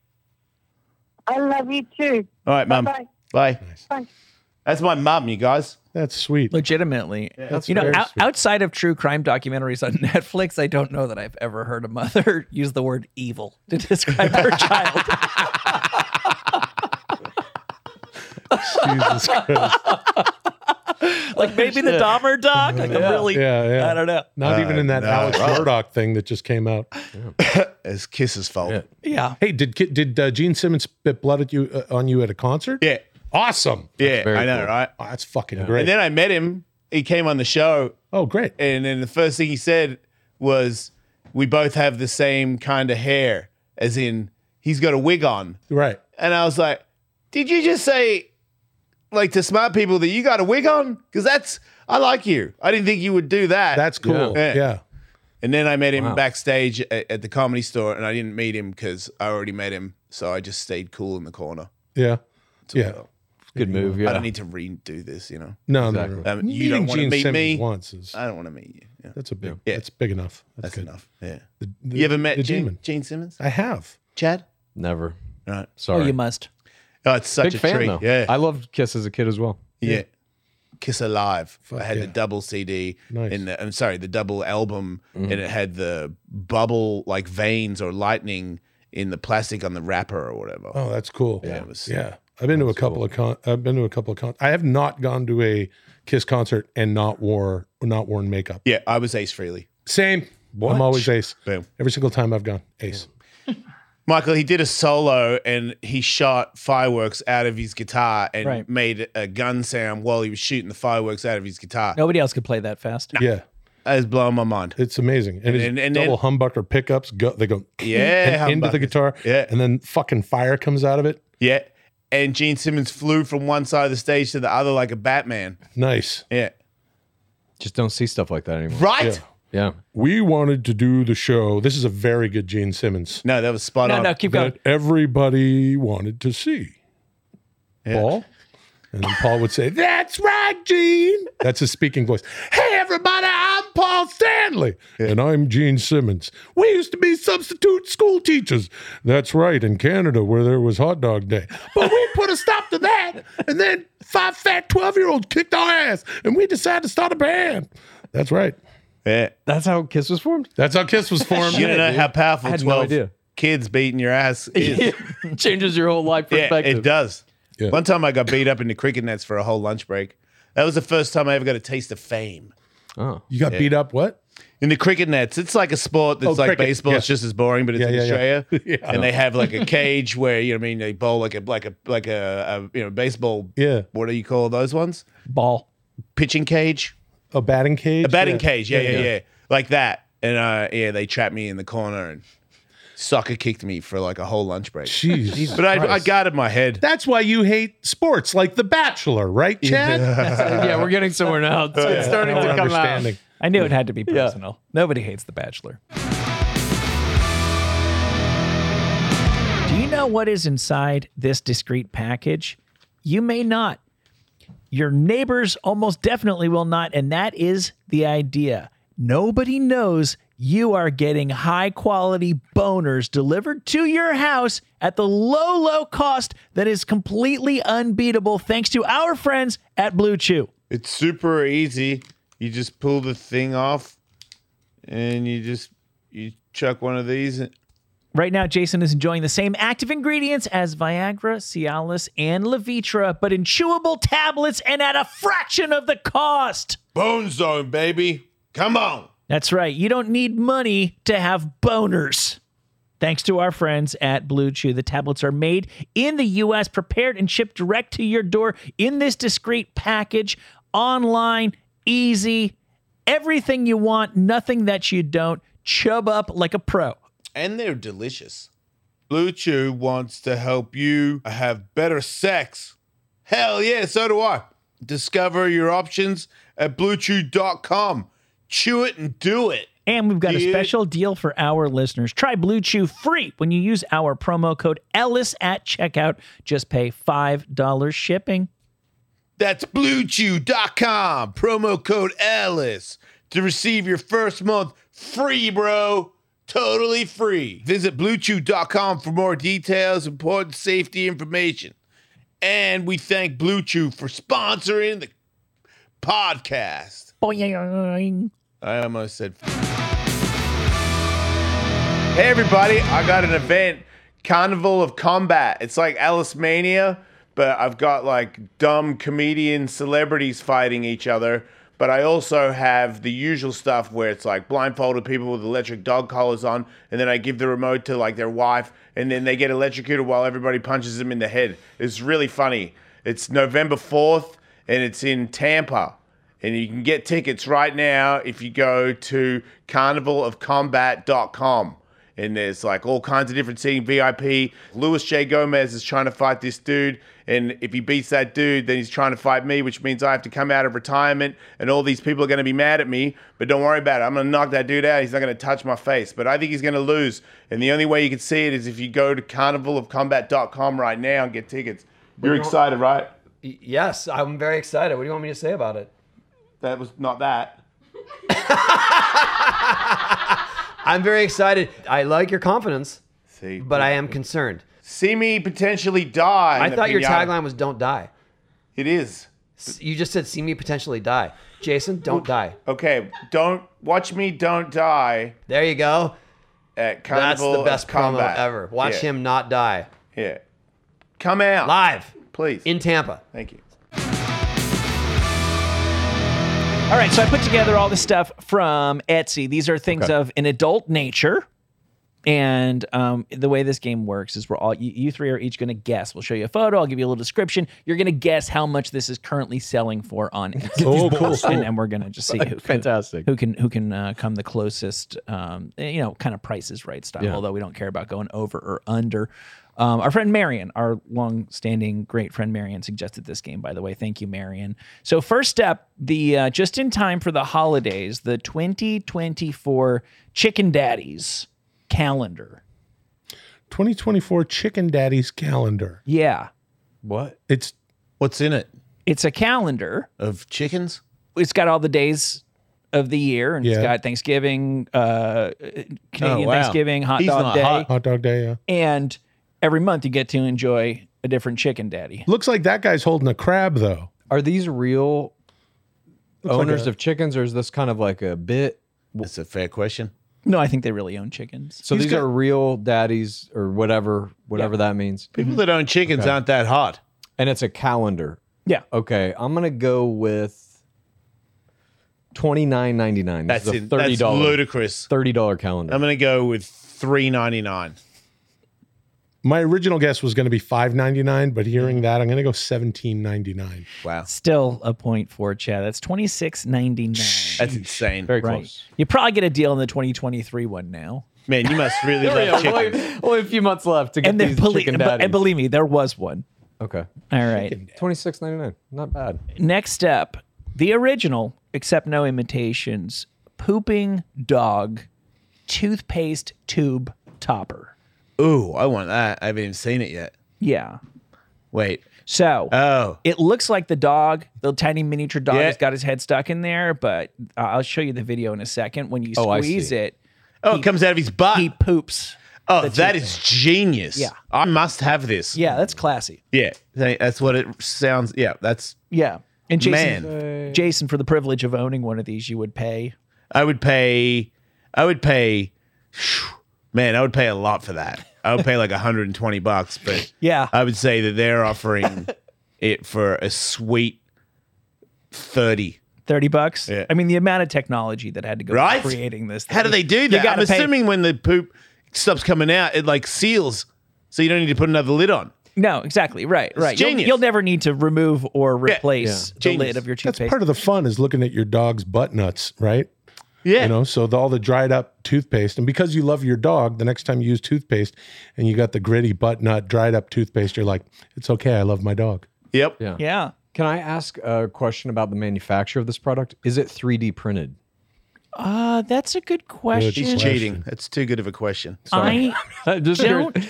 Speaker 1: I love you too.
Speaker 3: All right, Mum.
Speaker 1: Bye-bye.
Speaker 3: Bye.
Speaker 1: Bye.
Speaker 3: That's my mum, you guys.
Speaker 6: That's sweet.
Speaker 4: Legitimately.
Speaker 6: That's
Speaker 4: you know,
Speaker 6: very
Speaker 4: out,
Speaker 6: sweet.
Speaker 4: outside of true crime documentaries on Netflix, I don't know that I've ever heard a mother use the word evil to describe her child.
Speaker 6: Jesus Christ.
Speaker 4: like maybe the Dahmer doc. Like I'm really,
Speaker 6: Yeah, yeah.
Speaker 4: I don't know.
Speaker 6: Not even in that
Speaker 3: no.
Speaker 6: Alex Murdoch thing that just came out.
Speaker 3: It's Kiss's fault. Yeah.
Speaker 5: Yeah.
Speaker 4: Yeah.
Speaker 6: Hey, did Ki- did uh, Gene Simmons spit blood at you uh, on you at a concert?
Speaker 3: Yeah,
Speaker 6: Awesome.
Speaker 5: very
Speaker 3: I know,
Speaker 5: cool.
Speaker 3: right?
Speaker 6: Oh, that's fucking great.
Speaker 3: And then I met him. He came on the show,
Speaker 6: oh, great.
Speaker 3: and then the first thing he said was, We both have the same kind of hair, as in he's got a wig on.
Speaker 6: Right.
Speaker 3: And I was like, did you just say, like, to smart people that you got a wig on? Because that's, I like you. I didn't think you would do that.
Speaker 6: That's cool.
Speaker 3: Yeah.
Speaker 6: Yeah.
Speaker 3: and then I met him
Speaker 5: Wow.
Speaker 3: backstage at, at the comedy store and I didn't meet him because I already met him. So I just stayed cool in the corner.
Speaker 6: Yeah.
Speaker 3: It's all
Speaker 6: Yeah.
Speaker 3: right.
Speaker 5: Good move.
Speaker 3: I
Speaker 5: Yeah.
Speaker 3: don't need to redo this, you know?
Speaker 6: No,
Speaker 5: Exactly.
Speaker 6: no, no.
Speaker 3: Um, you don't wanna meet
Speaker 6: Simmons
Speaker 3: me?
Speaker 6: once is
Speaker 3: I don't want to meet you. Yeah,
Speaker 6: that's a big.
Speaker 3: Yeah.
Speaker 6: That's big enough.
Speaker 3: that's
Speaker 6: That's, good.
Speaker 3: enough. Yeah.
Speaker 6: The- the-
Speaker 3: You ever met
Speaker 6: the
Speaker 3: Gene,
Speaker 6: demon?
Speaker 3: Gene Simmons?
Speaker 6: I have.
Speaker 3: Chad?
Speaker 5: Never.
Speaker 3: Right.
Speaker 4: Oh,
Speaker 5: Sorry.
Speaker 4: you must.
Speaker 3: Oh, it's such
Speaker 5: Big
Speaker 3: a
Speaker 5: fan
Speaker 3: treat.
Speaker 5: though.
Speaker 3: Yeah.
Speaker 5: I loved Kiss as a kid as well.
Speaker 3: Yeah. Kiss Alive. I had the
Speaker 6: yeah.
Speaker 3: double CD
Speaker 6: Nice. Mm-hmm.
Speaker 3: and the, I'm sorry, the double album, and it had the bubble like veins or lightning in the plastic on the wrapper or whatever.
Speaker 6: Oh, that's cool.
Speaker 3: Yeah,
Speaker 6: Yeah.
Speaker 3: it was-
Speaker 6: I've been to a couple of con- I've been to a couple of con- I have not gone to a Kiss concert and not wore not worn makeup.
Speaker 3: Yeah, I was Ace Freely.
Speaker 6: Same. I'm always Ace.
Speaker 3: Boom.
Speaker 6: Every single time I've gone Ace.
Speaker 3: Michael, he did a solo and he shot fireworks out of his guitar and
Speaker 4: Right.
Speaker 3: made a gun sound while he was shooting the fireworks out of his guitar.
Speaker 4: Nobody else could play that fast.
Speaker 6: Yeah,
Speaker 3: That is blowing my mind.
Speaker 6: it's amazing. And, it's
Speaker 3: And- and-
Speaker 6: double humbucker pickups go. They go
Speaker 3: Yeah,
Speaker 6: and into the
Speaker 3: humbuckers.
Speaker 6: guitar.
Speaker 3: Yeah.
Speaker 6: and then fucking fire comes out of it.
Speaker 3: Yeah. And Gene Simmons flew from one side of the stage to the other like a Batman.
Speaker 6: Nice.
Speaker 3: Yeah.
Speaker 5: Just don't see stuff like that anymore.
Speaker 3: Right?
Speaker 6: Yeah.
Speaker 5: Yeah.
Speaker 6: We wanted to do the show. This is a very good Gene Simmons
Speaker 3: No, that was spot
Speaker 4: No,
Speaker 3: on.
Speaker 4: no, keep going.
Speaker 6: that everybody wanted to see. Paul. And then Paul would say, That's right, Gene. That's his speaking voice. Hey, everybody, I'm Paul Stanley. And I'm Gene Simmons. We used to be substitute school teachers. That's right, in Canada, where there was hot dog day. But we put a stop to that. And then five fat 12 year olds kicked our ass. And we decided to start a band. That's right.
Speaker 3: Yeah.
Speaker 5: That's how Kiss was formed.
Speaker 6: That's how Kiss was formed.
Speaker 3: You don't know how powerful
Speaker 5: I had no
Speaker 3: 12
Speaker 5: idea.
Speaker 3: kids beating your ass is. yeah,
Speaker 5: Changes your whole life perspective.
Speaker 3: it does.
Speaker 6: Yeah.
Speaker 3: One time I got beat up into cricket nets for a whole lunch break. That was the first time I ever got a taste of fame.
Speaker 5: Oh.
Speaker 6: You got beat up, what?
Speaker 3: In the cricket nets, it's like a sport that's
Speaker 6: Oh,
Speaker 3: like
Speaker 6: cricket,
Speaker 3: baseball.
Speaker 6: yeah.
Speaker 3: It's just as boring, but it's
Speaker 6: Yeah,
Speaker 3: in
Speaker 6: yeah, yeah.
Speaker 3: Australia, and they have like a cage where you know what I mean they bowl like a like a like a, a you know baseball.
Speaker 6: Yeah.
Speaker 3: What do you call those ones?
Speaker 4: Ball.
Speaker 3: Pitching cage,
Speaker 6: A batting cage?
Speaker 3: a batting cage. Yeah, yeah, yeah, like that. And uh, yeah, they trapped me in the corner and soccer kicked me for like a whole lunch break.
Speaker 6: Jeez.
Speaker 3: But I, I guarded my head.
Speaker 6: That's why you hate sports like The Bachelor, right, Chad?
Speaker 5: yeah, we're getting somewhere now.
Speaker 3: Oh,
Speaker 5: It's, it's starting to come out.
Speaker 6: Understanding.
Speaker 4: I knew it had to be personal. Nobody hates The Bachelor. Do you know what is inside this discreet package? You may not. Your neighbors almost definitely will not. And that is the idea. Nobody knows you are getting high quality boners delivered to your house at the low, low cost that is completely unbeatable thanks to our friends at Blue Chew.
Speaker 3: It's super easy. You just pull the thing off, and you just you chuck one of these. And,
Speaker 4: Right now, Jason is enjoying the same active ingredients as Viagra, Cialis, and Levitra, but in chewable tablets and at a fraction of the cost.
Speaker 3: Bone zone, baby. Come on.
Speaker 4: That's right. You don't need money to have boners. Thanks to our friends at Blue Chew, the tablets are made in the US, prepared and shipped direct to your door in this discreet package, online, easy, everything you want, nothing that you don't. Chub up like a pro.
Speaker 3: And they're delicious. Blue Chew wants to help you have better sex. Hell yeah, so do I. Discover your options at bluechew.com. Chew it and do it.
Speaker 4: And we've got a
Speaker 3: Yeah.
Speaker 4: special deal for our listeners. Try Blue Chew free when you use our promo code Ellis at checkout. Just pay $5 shipping.
Speaker 3: That's bluechew.com, promo code Alice to receive your first month free, bro. Totally free. Visit bluechew.com for more details, important safety information. And we thank Blue Chew for sponsoring the podcast.
Speaker 4: Boing.
Speaker 3: I almost said. Hey, everybody, I got an event Carnival of Combat. It's like Alice Mania, but I've got like dumb comedian celebrities fighting each other. But I also have the usual stuff where it's like blindfolded people with electric dog collars on, and then I give the remote to like their wife, and then they get electrocuted while everybody punches them in the head. It's really funny. It's November 4th, and it's in Tampa. And you can get tickets right now if you go to carnivalofcombat.com. And there's like all kinds of different seating VIP. Luis J. Gomez is trying to fight this dude. And if he beats that dude, then he's trying to fight me, which means I have to come out of retirement. And all these people are going to be mad at me. But don't worry about it. I'm going to knock that dude out. He's not going to touch my face. But I think he's going to lose. And the only way you can see it is if you go to carnivalofcombat.com right now and get tickets. You're excited, right?
Speaker 7: Yes, I'm very excited. What do you want me to say about it?
Speaker 3: That was not that.
Speaker 7: I'm very excited. I like your confidence,
Speaker 3: See,
Speaker 7: but I am concerned.
Speaker 3: See me potentially die. in
Speaker 7: I
Speaker 3: the
Speaker 7: thought your
Speaker 3: pinata.
Speaker 7: tagline was "Don't die."
Speaker 3: It is.
Speaker 7: S- You just said "See me potentially die." Jason, don't die.
Speaker 3: Okay, don't watch me don't die
Speaker 7: There you go.
Speaker 3: at
Speaker 7: That's
Speaker 3: Carnival
Speaker 7: the
Speaker 3: of
Speaker 7: best promo
Speaker 3: Combat.
Speaker 7: ever. Watch
Speaker 3: Yeah,
Speaker 7: him not die
Speaker 3: Yeah. Come out.
Speaker 7: live
Speaker 3: Please.
Speaker 7: in Tampa.
Speaker 3: Thank you.
Speaker 4: All right, so I put together all the stuff from Etsy. These are things of an adult nature. And um, the way this game works is we're all you, you three are each going to guess. We'll show you a photo. I'll give you a little description. You're going to guess how much this is currently selling for on Amazon.
Speaker 6: Oh, cool.
Speaker 4: and, and we're going to just see who,
Speaker 5: Fantastic.
Speaker 4: who can who can uh, come the closest um, you know kind of prices right stuff although we don't care about going over or under um, our friend marion our long-standing great friend marion suggested this game by the way thank you marion so first up the uh, just in time for the holidays the 2024 chicken daddies calendar
Speaker 6: 2024 Chicken Daddy's calendar.
Speaker 4: yeah
Speaker 5: What?
Speaker 6: It's
Speaker 3: What's in it?
Speaker 4: it's a calendar
Speaker 3: Of chickens?
Speaker 4: it's got all the days of the year and it's
Speaker 6: Yeah.
Speaker 4: got thanksgiving uh canadian
Speaker 3: Oh, wow.
Speaker 4: thanksgiving hot
Speaker 3: He's
Speaker 4: dog
Speaker 3: not
Speaker 4: day
Speaker 3: hot.
Speaker 6: hot dog day. Yeah.
Speaker 4: and every month you get to enjoy a different chicken daddy.
Speaker 6: Looks like that guy's holding a crab though.
Speaker 5: Are these real owners
Speaker 6: like a-
Speaker 5: of chickens, or is this kind of like a bit?
Speaker 3: That's a fair question.
Speaker 4: No, I think they really own chickens.
Speaker 5: So
Speaker 6: He's
Speaker 5: these
Speaker 6: got-
Speaker 5: are real daddies, or whatever, whatever that means.
Speaker 3: People that own chickens aren't that hot.
Speaker 5: And it's a calendar.
Speaker 4: Yeah.
Speaker 5: Okay, I'm gonna go with twenty nine ninety nine.
Speaker 3: That's,
Speaker 5: a
Speaker 3: in,
Speaker 5: thirty
Speaker 3: that's
Speaker 5: dollar
Speaker 3: ludicrous.
Speaker 5: thirty dollar calendar.
Speaker 3: I'm gonna go with three ninety nine.
Speaker 6: My original guess was going to be 5.99, but
Speaker 5: Mm-hmm.
Speaker 6: hearing that, I'm going to go 17.99.
Speaker 3: Wow,
Speaker 4: Still a point for Chad. That's twenty six ninety nine.
Speaker 3: that's insane,
Speaker 5: Very
Speaker 4: Right.
Speaker 5: close.
Speaker 4: You probably get a deal on the twenty twenty three one now.
Speaker 3: man. You must really love chickens.
Speaker 5: only, only a few months left to get
Speaker 4: And
Speaker 5: these
Speaker 4: then believe,
Speaker 5: chicken daddies.
Speaker 4: and believe me, there was one.
Speaker 5: okay,
Speaker 4: All right.
Speaker 5: twenty six ninety nine. Not bad.
Speaker 4: Next up, the original, except no imitations, pooping dog toothpaste tube topper.
Speaker 3: Ooh, I want that. I haven't even seen it yet.
Speaker 4: Yeah.
Speaker 3: Wait.
Speaker 4: So
Speaker 3: Oh,
Speaker 4: It looks like the dog, the tiny miniature dog,
Speaker 3: Yeah.
Speaker 4: has got his head stuck in there. But uh, I'll show you the video in a second. When you
Speaker 5: Oh, I
Speaker 4: squeeze
Speaker 5: see.
Speaker 4: it,
Speaker 3: oh, it comes out of his butt.
Speaker 4: he poops.
Speaker 3: oh, that is genius.
Speaker 4: Yeah.
Speaker 3: I must have this.
Speaker 4: Yeah, that's classy.
Speaker 3: yeah. th- That's what it sounds. Yeah, that's
Speaker 4: Yeah, and Jason,
Speaker 3: man.
Speaker 4: Jason, for the privilege of owning one of these, you would pay.
Speaker 3: I would pay. I would pay. Man, I would pay a lot for that. I would pay like 120 bucks, but
Speaker 4: Yeah,
Speaker 3: I would say that they're offering it for a sweet 30.
Speaker 4: thirty bucks.
Speaker 3: Yeah.
Speaker 4: I mean, the amount of technology that had to go
Speaker 3: Right?
Speaker 4: into creating this.
Speaker 3: How do
Speaker 4: thing.
Speaker 3: they do
Speaker 4: You
Speaker 3: that? I'm
Speaker 4: gotta pay-
Speaker 3: assuming when the poop stops coming out, it like seals, so you don't need to put another lid on.
Speaker 4: No, exactly. Right. Right. You'll-
Speaker 3: genius.
Speaker 4: You'll, never need to remove or replace the
Speaker 3: Genius.
Speaker 4: lid of your
Speaker 6: That's
Speaker 4: toothpaste.
Speaker 6: part of the fun is looking at your dog's butt nuts, right?
Speaker 3: Yeah,
Speaker 6: You know, so the, all the dried up toothpaste. And because you love your dog, the next time you use toothpaste and you got the gritty butt nut, dried up toothpaste, you're like, it's okay. I love my dog.
Speaker 3: yep.
Speaker 5: Yeah.
Speaker 4: yeah.
Speaker 5: Can I ask a question about the manufacture of this product? Is it 3D printed?
Speaker 4: Uh, that's a good question.
Speaker 3: He's cheating. That's too good of a question.
Speaker 4: I
Speaker 5: I'm just curious.
Speaker 4: don't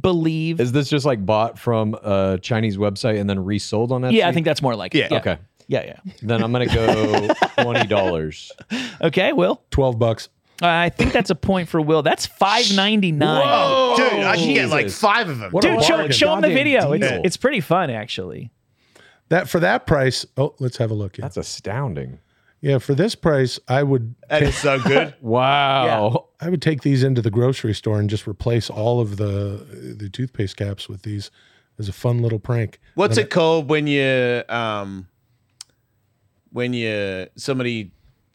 Speaker 4: believe.
Speaker 5: Is this just like bought from a Chinese website and then resold on Etsy?
Speaker 4: Yeah, I think that's more like it.
Speaker 3: Yeah.
Speaker 4: Yeah.
Speaker 5: Okay.
Speaker 4: Yeah. Yeah.
Speaker 5: Then I'm gonna go twenty dollars.
Speaker 4: Okay. Will.
Speaker 6: 12 bucks.
Speaker 4: I think that's a point for Will. That's five ninety nine.
Speaker 3: Dude, I should get like
Speaker 5: Jesus.
Speaker 3: five of them.
Speaker 6: What a
Speaker 4: Dude, show,
Speaker 6: bargain.
Speaker 4: show him the
Speaker 5: Goddamn
Speaker 4: video. It's,
Speaker 5: deal.
Speaker 4: it's pretty fun, actually.
Speaker 6: That for that price. Oh, let's have a look. Yeah,
Speaker 5: That's astounding.
Speaker 6: yeah for this price, I would
Speaker 3: that is so good.
Speaker 5: Wow.
Speaker 6: I would take these into the grocery store and just replace all of the the toothpaste caps with these as a fun little prank.
Speaker 3: What's it called when you um when you somebody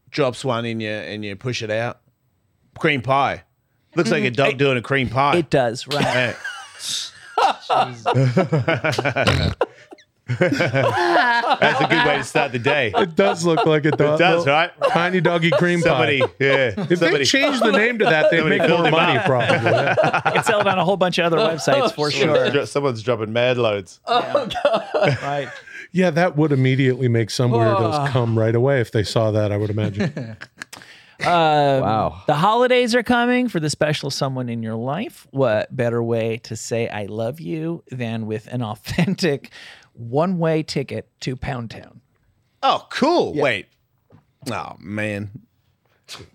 Speaker 3: drops one in you and you push it out? Cream pie. Looks
Speaker 6: Mm.
Speaker 3: like a dog doing a cream pie.
Speaker 4: It does, right?
Speaker 3: Yeah. That's a good way to start the day. It
Speaker 6: It does look like a dog.
Speaker 3: does, right?
Speaker 6: Tiny doggy cream
Speaker 3: Somebody,
Speaker 6: pie.
Speaker 3: yeah.
Speaker 6: If
Speaker 3: somebody
Speaker 6: they change the name to that, they
Speaker 3: somebody
Speaker 6: make
Speaker 3: filled
Speaker 6: more
Speaker 3: them
Speaker 6: money
Speaker 3: out.
Speaker 6: probably. yeah.
Speaker 4: it's sold on a whole bunch of other websites for
Speaker 3: Someone's
Speaker 4: sure.
Speaker 3: dro- Someone's dropping mad loads.
Speaker 4: Right.
Speaker 6: Yeah, that would immediately make some weirdos come right away if they saw that, I would imagine. Um,
Speaker 5: Wow.
Speaker 4: The holidays are coming for the special someone in your life. What better way to say I love you than with an authentic one way ticket to Pound Town?
Speaker 3: Oh, cool. Wait. Oh man.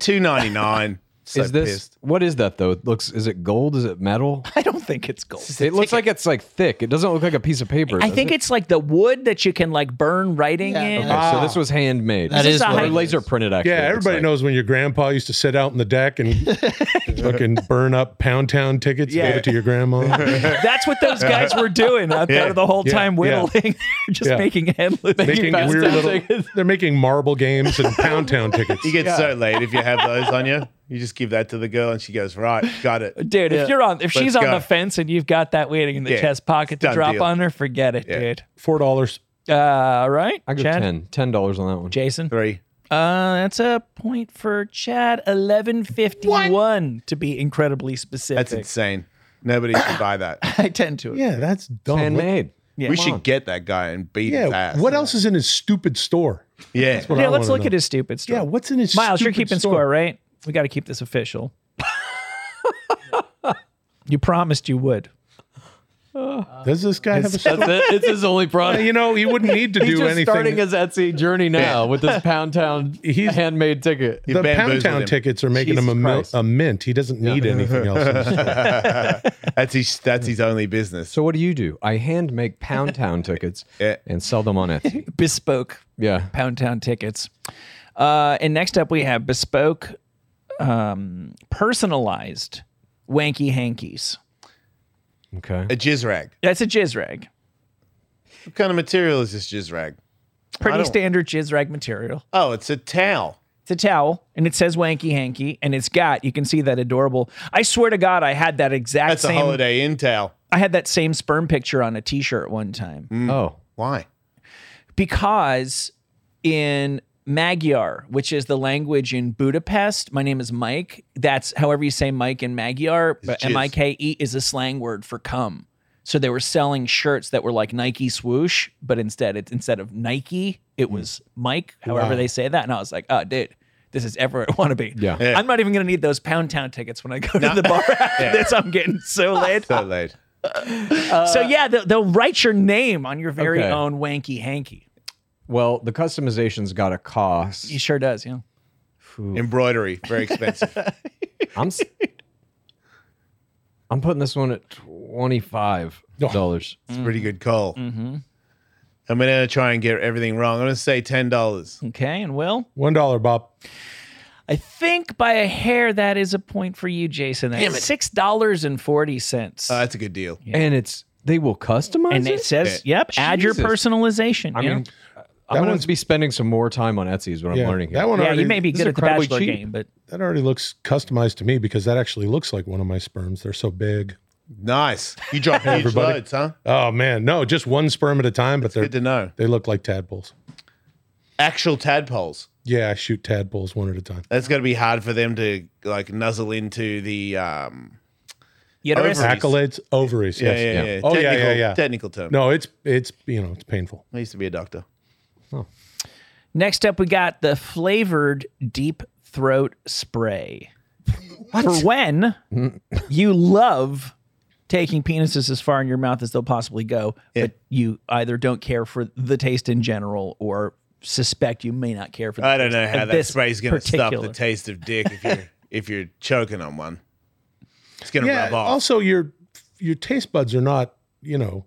Speaker 3: Two ninety nine. So
Speaker 5: is this
Speaker 3: pissed.
Speaker 5: what is that though? It looks is it gold? Is it metal?
Speaker 4: I don't think it's gold.
Speaker 5: It looks like it's like thick. It doesn't look like a piece of paper.
Speaker 4: I
Speaker 5: does
Speaker 4: think
Speaker 5: it?
Speaker 4: it's like the wood that you can like burn writing in.
Speaker 5: Okay, so this was handmade.
Speaker 8: That is
Speaker 4: This is a
Speaker 8: what
Speaker 4: high-
Speaker 5: or
Speaker 8: it
Speaker 5: laser
Speaker 8: is.
Speaker 5: printed actually.
Speaker 6: Yeah,
Speaker 5: it looks
Speaker 6: everybody
Speaker 5: like.
Speaker 6: knows when your grandpa used to sit out in the deck and fucking burn up pound town tickets, and give it to your grandma.
Speaker 4: That's what those guys were doing out there the whole
Speaker 6: Yeah,
Speaker 4: time
Speaker 6: yeah.
Speaker 4: whittling, just
Speaker 6: Yeah.
Speaker 4: making endless.
Speaker 6: Making
Speaker 5: Pound
Speaker 6: weird
Speaker 5: Town
Speaker 6: little
Speaker 5: tickets.
Speaker 6: they're making marble games and pound town tickets.
Speaker 3: You get so late if you have those on you. You just give that to the girl, and she goes, "Right, got it."
Speaker 4: Dude, if you're on, if she's
Speaker 3: Let's
Speaker 4: on
Speaker 3: go.
Speaker 4: the fence and you've got that waiting in the
Speaker 3: Yeah.
Speaker 4: chest pocket to
Speaker 3: Done
Speaker 4: drop
Speaker 3: deal.
Speaker 4: on her, forget it,
Speaker 3: Yeah.
Speaker 4: dude.
Speaker 6: Four dollars.
Speaker 4: Uh, all right,
Speaker 5: I go
Speaker 4: Chad,
Speaker 5: ten. Ten dollars on that one.
Speaker 4: Jason.
Speaker 3: Three.
Speaker 4: Uh, that's a point for Chad. Eleven fifty one to be incredibly specific.
Speaker 3: That's insane. Nobody should buy that.
Speaker 4: I tend to.
Speaker 6: Yeah, that's dumb.
Speaker 5: Handmade.
Speaker 3: we should get that guy and beat his
Speaker 6: yeah.
Speaker 3: ass.
Speaker 6: What else is in his stupid store?
Speaker 3: Yeah.
Speaker 6: What
Speaker 4: Yeah,
Speaker 6: I
Speaker 4: let's
Speaker 6: wanna
Speaker 4: look
Speaker 6: know.
Speaker 4: at his stupid story.
Speaker 6: Yeah, what's in his
Speaker 4: Miles, you're
Speaker 6: stupid
Speaker 4: keeping
Speaker 6: store?
Speaker 4: score, right? We got to keep this official. you promised you would.
Speaker 6: Does this guy have a store?
Speaker 5: That's it. It's his only product.
Speaker 6: You know, he wouldn't need to
Speaker 5: He's
Speaker 6: do
Speaker 5: just starting
Speaker 6: anything.
Speaker 5: his Etsy journey now with this Pound Town
Speaker 6: He's-
Speaker 5: handmade ticket.
Speaker 3: You
Speaker 6: the Pound
Speaker 3: bamboozled
Speaker 6: Town
Speaker 3: him.
Speaker 6: tickets are making
Speaker 5: Jesus
Speaker 6: him a, mil-
Speaker 5: Christ.
Speaker 6: a mint. He doesn't need anything else. in his store.
Speaker 3: That's his. That's his only business.
Speaker 5: So what do you do? I hand make Pound Town tickets
Speaker 3: Yeah.
Speaker 5: and sell them on Etsy.
Speaker 4: Bespoke
Speaker 5: Yeah.
Speaker 4: Pound Town tickets. Uh, and next up, we have bespoke, um, personalized wanky hankies.
Speaker 5: Okay.
Speaker 3: a jizz rag.
Speaker 4: That's a jizz rag.
Speaker 3: What kind of material is this jizz rag? I
Speaker 4: Pretty
Speaker 3: don't-
Speaker 4: standard jizz rag material.
Speaker 3: Oh, it's a towel.
Speaker 4: It's a towel, and it says wanky hanky, and it's got, you can see that adorable. I swear to God, I had that exact
Speaker 3: That's
Speaker 4: same.
Speaker 3: a Holiday Inn towel.
Speaker 4: I had that same sperm picture on a T-shirt one time
Speaker 5: Oh.
Speaker 3: Why?
Speaker 4: because in Magyar, which is the language in Budapest, my name is Mike. That's however you say Mike in Magyar, but
Speaker 3: jizz.
Speaker 4: M I K E is a slang word for cum. So they were selling shirts that were like Nike swoosh, but instead it instead of Nike, it was Mike. However they say that, and I was like, oh, dude. This is everywhere I want to be.
Speaker 5: Yeah.
Speaker 3: Yeah.
Speaker 4: I'm not even going to need those Pound Town tickets when I go to the bar after this. I'm getting so laid.
Speaker 6: Ah.
Speaker 3: So late.
Speaker 4: So yeah, they'll, they'll write your name on your very
Speaker 5: Okay.
Speaker 4: own wanky hanky.
Speaker 5: Well, the customization's got a cost.
Speaker 4: He sure does. Yeah.
Speaker 3: Embroidery, very expensive.
Speaker 5: I'm s- I'm putting this one at twenty five
Speaker 3: Oh.
Speaker 5: dollars.
Speaker 3: It's a pretty good call. I'm gonna try and get everything wrong. I'm gonna say ten dollars.
Speaker 4: Okay, and Will,
Speaker 6: One dollar, Bob.
Speaker 4: I think by a hair that is a point for you, Jason. That's six dollars and forty cents.
Speaker 3: Oh, that's a good deal.
Speaker 5: And it's they will customize
Speaker 4: and it
Speaker 5: Uh, it.
Speaker 4: says, "Yep, add your
Speaker 5: Jesus.
Speaker 4: personalization."
Speaker 5: I
Speaker 4: you know?
Speaker 5: mean, I'm going
Speaker 6: one's-
Speaker 5: to be spending some more time on Etsy is what I'm learning here.
Speaker 6: that one.
Speaker 4: yeah,
Speaker 6: already,
Speaker 4: you may be
Speaker 5: this is
Speaker 4: good at the
Speaker 5: incredibly
Speaker 4: bachelor
Speaker 5: cheap.
Speaker 4: game, but
Speaker 6: That already looks customized to me because that actually looks like one of my sperms. They're so big.
Speaker 3: Nice. You drop huge
Speaker 6: everybody.
Speaker 3: loads, huh?
Speaker 6: Oh man, no, just one sperm at a time, but
Speaker 3: Good to
Speaker 6: they're
Speaker 3: know.
Speaker 6: they look like tadpoles.
Speaker 3: Actual tadpoles.
Speaker 6: Yeah, I shoot tadpoles one at a time.
Speaker 3: That's gonna be hard for them to like nuzzle into the. um
Speaker 4: you know,
Speaker 3: Ovaries.
Speaker 6: Accolades, ovaries.
Speaker 3: Yeah,
Speaker 6: yes.
Speaker 3: yeah, yeah.
Speaker 6: Oh, yeah,
Speaker 3: technical,
Speaker 6: yeah, yeah.
Speaker 3: Technical term.
Speaker 6: No, it's it's you know it's painful.
Speaker 3: I used to be a doctor.
Speaker 4: next up we got the flavored deep throat spray for when you love taking penises as far in your mouth as they'll possibly go, but you either don't care for the taste in general or suspect you may not care for. The
Speaker 3: I don't
Speaker 4: taste
Speaker 3: know how
Speaker 4: of
Speaker 3: that
Speaker 4: this
Speaker 3: spray's gonna stop
Speaker 4: particular-
Speaker 3: the taste of dick if you're if you're choking on one. It's gonna
Speaker 6: Yeah.
Speaker 3: rub off.
Speaker 6: Also, your your taste buds are not you know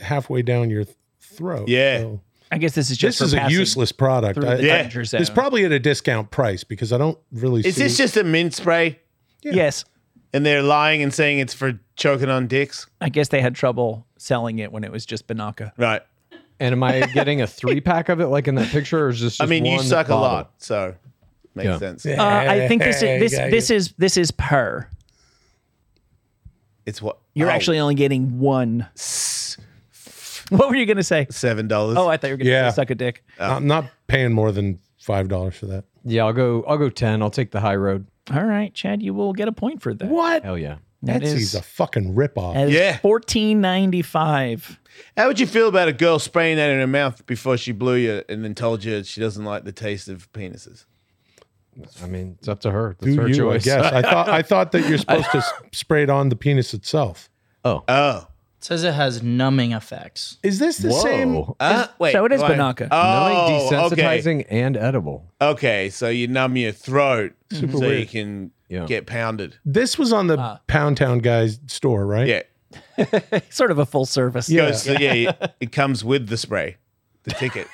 Speaker 6: halfway down your th- throat.
Speaker 3: Yeah.
Speaker 6: so-
Speaker 4: I guess this is just for
Speaker 6: This is a
Speaker 4: passing
Speaker 6: useless product.
Speaker 4: through
Speaker 6: I-
Speaker 4: the
Speaker 3: Yeah.
Speaker 4: danger zone.
Speaker 6: It's probably at a discount price because I don't really
Speaker 3: Is
Speaker 6: see.
Speaker 3: this just a mint spray?
Speaker 4: yes.
Speaker 3: And they're lying and saying it's for choking on dicks.
Speaker 4: I guess they had trouble selling it when it was just Banaka.
Speaker 3: Right.
Speaker 5: And am I getting a three pack of it like in that picture, or is this? Just
Speaker 3: I mean, you
Speaker 5: one
Speaker 3: suck a
Speaker 5: bottle?
Speaker 3: lot, so makes
Speaker 5: Yeah.
Speaker 3: sense.
Speaker 4: Uh, I think this is this this is this is per.
Speaker 3: It's what
Speaker 4: You're
Speaker 3: oh,
Speaker 4: actually only getting one. What were you gonna say?
Speaker 3: seven dollars.
Speaker 4: Oh, I thought you were gonna
Speaker 6: Yeah.
Speaker 4: say suck a dick.
Speaker 6: I'm not paying more than five dollars for that.
Speaker 5: Yeah, I'll go. I'll go ten. I'll take the high road.
Speaker 4: All right, Chad, you will get a point for that. What?
Speaker 5: Hell yeah.
Speaker 4: That
Speaker 6: Etsy's
Speaker 4: is,
Speaker 6: a fucking ripoff.
Speaker 4: that is
Speaker 3: Yeah.
Speaker 4: fourteen ninety five.
Speaker 3: How would you feel about a girl spraying that in her mouth before she blew you and then told you she doesn't like the taste of penises?
Speaker 5: I mean, it's up to her. That's
Speaker 6: Do
Speaker 5: her
Speaker 6: you?
Speaker 5: choice.
Speaker 6: I guess. I thought I thought that you're supposed to s- spray it on the penis itself.
Speaker 3: Oh,
Speaker 9: says it has numbing effects.
Speaker 6: Is this the
Speaker 5: Whoa.
Speaker 6: same?
Speaker 3: uh, wait.
Speaker 4: so it is
Speaker 3: wait.
Speaker 4: Banaka.
Speaker 3: Oh, okay.
Speaker 5: desensitizing and edible.
Speaker 3: Okay, so you numb your throat so you
Speaker 6: weird.
Speaker 3: can
Speaker 5: Yeah.
Speaker 3: get pounded.
Speaker 6: This was on the Pound Town guy's store, right?
Speaker 3: Uh. Yeah.
Speaker 4: Sort of a full service.
Speaker 6: Yeah.
Speaker 3: Goes- yeah. it comes with the spray, the ticket.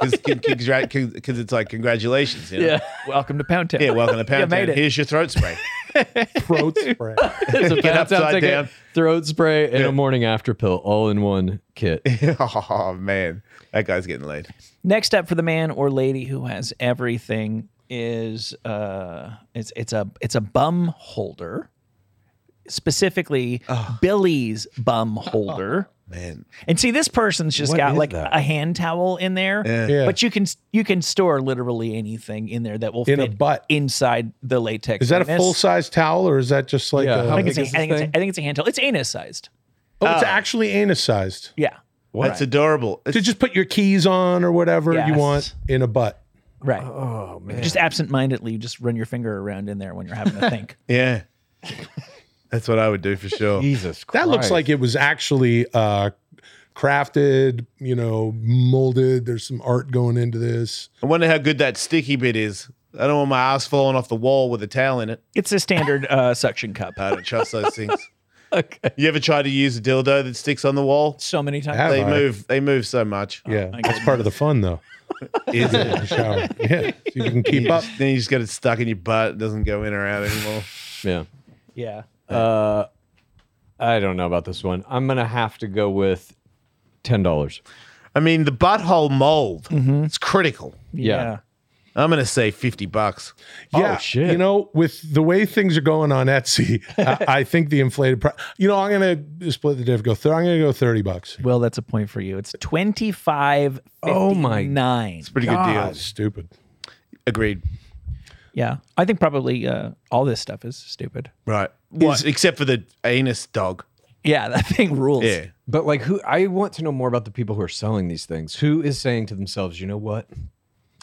Speaker 3: Because it's like, congratulations. You know?
Speaker 4: Yeah. Welcome to Pound Town.
Speaker 3: Yeah, welcome to
Speaker 4: You
Speaker 3: Pound
Speaker 4: made
Speaker 3: Town.
Speaker 4: it.
Speaker 3: Here's your throat spray.
Speaker 6: Throat spray.
Speaker 5: There's a
Speaker 3: Get upside down.
Speaker 5: throat spray, and a morning after pill, all in one kit.
Speaker 3: oh man, that guy's getting laid.
Speaker 4: Next up for the man or lady who has everything is uh, it's it's a it's a bum holder, specifically Billy's bum holder.
Speaker 3: Man.
Speaker 4: And see, this person's just
Speaker 5: What
Speaker 4: got
Speaker 5: is
Speaker 4: like
Speaker 5: that?
Speaker 4: a hand towel in there,
Speaker 6: Yeah.
Speaker 4: but you can you can store literally anything in there that will
Speaker 6: In a
Speaker 4: fit
Speaker 6: butt.
Speaker 4: inside the latex.
Speaker 6: Is that a
Speaker 4: anus.
Speaker 6: full size towel or is that just like
Speaker 5: Yeah,
Speaker 6: a-
Speaker 5: how
Speaker 4: I think,
Speaker 5: big
Speaker 4: it's a, I,
Speaker 5: is this
Speaker 4: think it's a,
Speaker 5: thing?
Speaker 4: I think it's a hand towel. It's anus sized.
Speaker 6: oh, it's actually anus sized
Speaker 4: Yeah.
Speaker 3: That's adorable.
Speaker 6: to just put your keys on or whatever you
Speaker 4: Yes.
Speaker 6: want in a butt.
Speaker 4: Right. Oh man. Just absent-mindedly, just run your finger around in there when you're having to think.
Speaker 3: Yeah. That's what I would do for sure.
Speaker 5: Jesus Christ.
Speaker 6: That looks like it was actually uh, crafted, you know, molded. There's some art going into this.
Speaker 3: I wonder how good that sticky bit is. I don't want my ass falling off the wall with a towel in it.
Speaker 4: it's a standard uh, suction cup.
Speaker 3: I don't trust those things. Okay. You ever try to use a dildo that sticks on the wall?
Speaker 4: So many times.
Speaker 6: Have
Speaker 3: They
Speaker 6: I?
Speaker 3: move. They move so much.
Speaker 6: Yeah, that's part of the fun, though.
Speaker 3: Is it?
Speaker 6: The shower. Yeah, so you can keep up.
Speaker 3: Then you just get it stuck in your butt. It doesn't go in or out anymore.
Speaker 5: Yeah.
Speaker 4: Yeah.
Speaker 5: Uh, I don't know about this one. I'm gonna have to go with ten dollars.
Speaker 3: I mean, the butthole mold. It's critical.
Speaker 5: Yeah.
Speaker 3: I'm gonna say fifty bucks.
Speaker 6: Yeah,
Speaker 5: Oh, shit.
Speaker 6: You know, with the way things are going on Etsy, I, I think the inflated price. You know, I'm gonna split the diff. Go. Th- I'm gonna go thirty bucks.
Speaker 4: Well, that's a point for you. It's 25
Speaker 5: Oh, my-
Speaker 4: nine.
Speaker 3: Pretty good
Speaker 5: Ah.
Speaker 6: God,
Speaker 3: deal.
Speaker 6: stupid.
Speaker 3: Agreed.
Speaker 4: Yeah. I think probably uh, all this stuff is stupid.
Speaker 3: Right. Is- Except for the anus dog.
Speaker 4: Yeah, that thing rules.
Speaker 3: Yeah.
Speaker 5: But like, who? I want to know more about the people who are selling these things. Who is saying to themselves, you know what?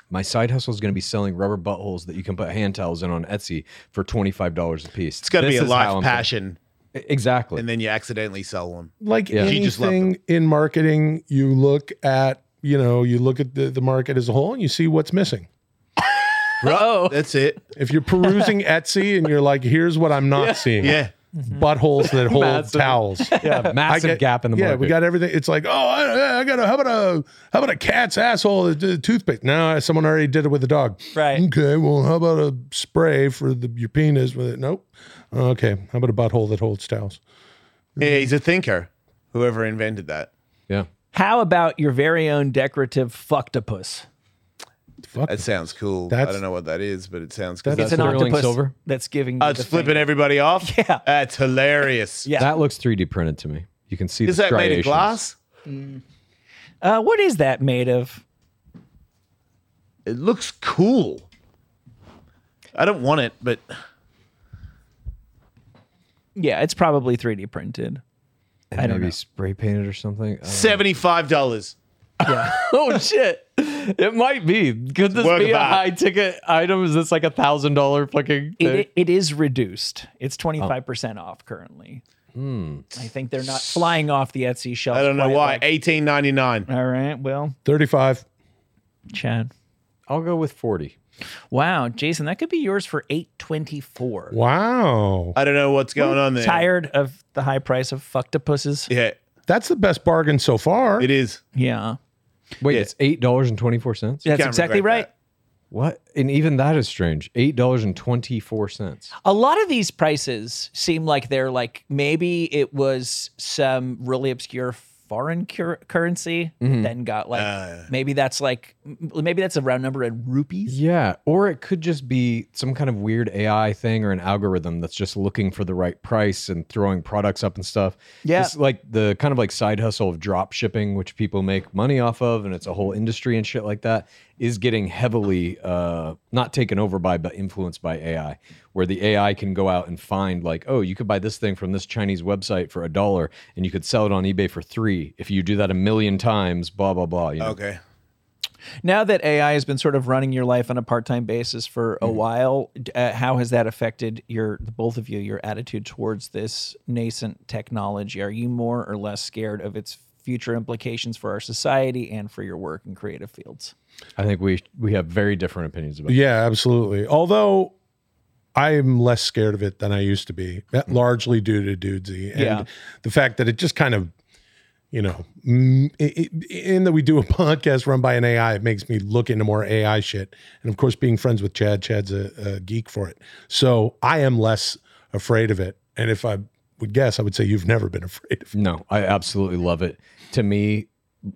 Speaker 5: My side hustle is going to be selling rubber buttholes that you can put hand towels in on Etsy for twenty five dollars a piece.
Speaker 3: It's got to be a life passion,
Speaker 5: E, Exactly.
Speaker 3: and then you accidentally sell them.
Speaker 6: Like
Speaker 3: She just loved
Speaker 6: anything in marketing, you look at you know you look at the, the market as a whole and you see what's missing.
Speaker 3: Oh, that's it.
Speaker 6: If you're perusing Etsy and you're like, here's what I'm not seeing.
Speaker 3: Yeah.
Speaker 6: Buttholes that hold
Speaker 5: Mm-hmm. Massive.
Speaker 6: towels.
Speaker 5: yeah, massive
Speaker 6: get-
Speaker 5: gap in the
Speaker 6: yeah,
Speaker 5: market.
Speaker 6: we got everything. It's like, oh, I, I got a how about a how about a cat's asshole that did a toothpaste? No, someone already did it with a dog.
Speaker 4: Right.
Speaker 6: Okay. Well, how about a spray for the, your penis with it? Nope. Okay. How about a butthole that holds towels?
Speaker 3: Yeah, he's a thinker. Whoever invented that.
Speaker 5: yeah.
Speaker 4: How about your very own decorative fucktopus?
Speaker 6: Fuck.
Speaker 3: That sounds cool. I
Speaker 6: That's-
Speaker 3: don't know what that is, but it sounds cool.
Speaker 6: That's-
Speaker 4: It's an
Speaker 5: sterling
Speaker 4: octopus
Speaker 5: silver?
Speaker 4: that's giving you
Speaker 3: Oh, it's
Speaker 4: the
Speaker 3: flipping
Speaker 4: finger.
Speaker 3: everybody off.
Speaker 4: Yeah.
Speaker 3: That's hilarious.
Speaker 4: Yeah.
Speaker 5: That looks three D printed to me. You can see.
Speaker 3: Is
Speaker 5: the
Speaker 3: that made of
Speaker 5: striations.
Speaker 3: glass?
Speaker 4: Uh, what is that made of?
Speaker 3: It looks cool. I don't want it, but
Speaker 4: Yeah, it's probably 3D printed.
Speaker 5: And
Speaker 4: don't
Speaker 5: maybe
Speaker 4: know.
Speaker 5: spray painted or something. Uh, I don't know.
Speaker 3: seventy-five dollars.
Speaker 5: oh shit! It might be. Could this
Speaker 3: Work
Speaker 5: be a
Speaker 3: back.
Speaker 5: high ticket item? Is this like a thousand dollar fucking?
Speaker 4: It,
Speaker 5: thing? Oh.
Speaker 4: it- it is reduced. It's 25% off currently.
Speaker 5: Hmm.
Speaker 4: I think they're not flying off the Etsy shelf.
Speaker 3: I don't know
Speaker 4: quite
Speaker 3: why.
Speaker 4: like-
Speaker 3: Eighteen ninety-nine.
Speaker 4: All right. Well,
Speaker 6: Thirty-five.
Speaker 4: Chad.
Speaker 5: I'll go with forty.
Speaker 4: Wow, Jason, that could be yours for 824.
Speaker 6: Wow.
Speaker 3: I don't know what's going on there.
Speaker 4: Tired of the high price of fucktopuses?
Speaker 3: Yeah,
Speaker 6: That's the best bargain so far.
Speaker 3: it is.
Speaker 4: Yeah.
Speaker 5: Wait,
Speaker 3: Yeah.
Speaker 5: it's eight dollars and twenty four cents.
Speaker 4: That's
Speaker 3: Can't
Speaker 4: exactly
Speaker 3: regret
Speaker 4: right.
Speaker 3: that.
Speaker 5: What? And even that is strange. Eight dollars and twenty four cents.
Speaker 4: A lot of these prices seem like they're like maybe it was some really obscure foreign cur- currency
Speaker 3: Mm-hmm.
Speaker 4: then got like
Speaker 3: Uh.
Speaker 4: maybe that's like m- maybe that's a round number in rupees.
Speaker 5: Yeah, or it could just be some kind of weird AI thing or an algorithm that's just looking for the right price and throwing products up and stuff.
Speaker 4: Yeah.
Speaker 5: It's like the kind of like side hustle of drop shipping, which people make money off of, and it's a whole industry and shit like that, is getting heavily uh, not taken over by, but influenced by AI, where the AI can go out and find like, oh, you could buy this thing from this Chinese website for a dollar, and you could sell it on eBay for three if you do that a million times, blah blah blah. You know?
Speaker 3: Okay.
Speaker 4: Now that AI has been sort of running your life on a part-time basis for
Speaker 3: Mm-hmm.
Speaker 4: a while, d- uh, how has that affected your both of you your attitude towards this nascent technology? Are you more or less scared of its future implications for our society and for your work in creative fields?
Speaker 5: I think we we have very different opinions about. it.
Speaker 6: Yeah, absolutely. Although I'm less scared of it than I used to be,
Speaker 5: Mm.
Speaker 6: that largely due to Dudesy and
Speaker 4: Yeah.
Speaker 6: the fact that it just kind of, you know, mm, i- i- in that we do a podcast run by an AI, it makes me look into more AI shit. And of course, being friends with Chad, Chad's a, a geek for it. So I am less afraid of it. And if I would guess, I would say you've never been afraid of it.
Speaker 5: No, I absolutely love it. To me,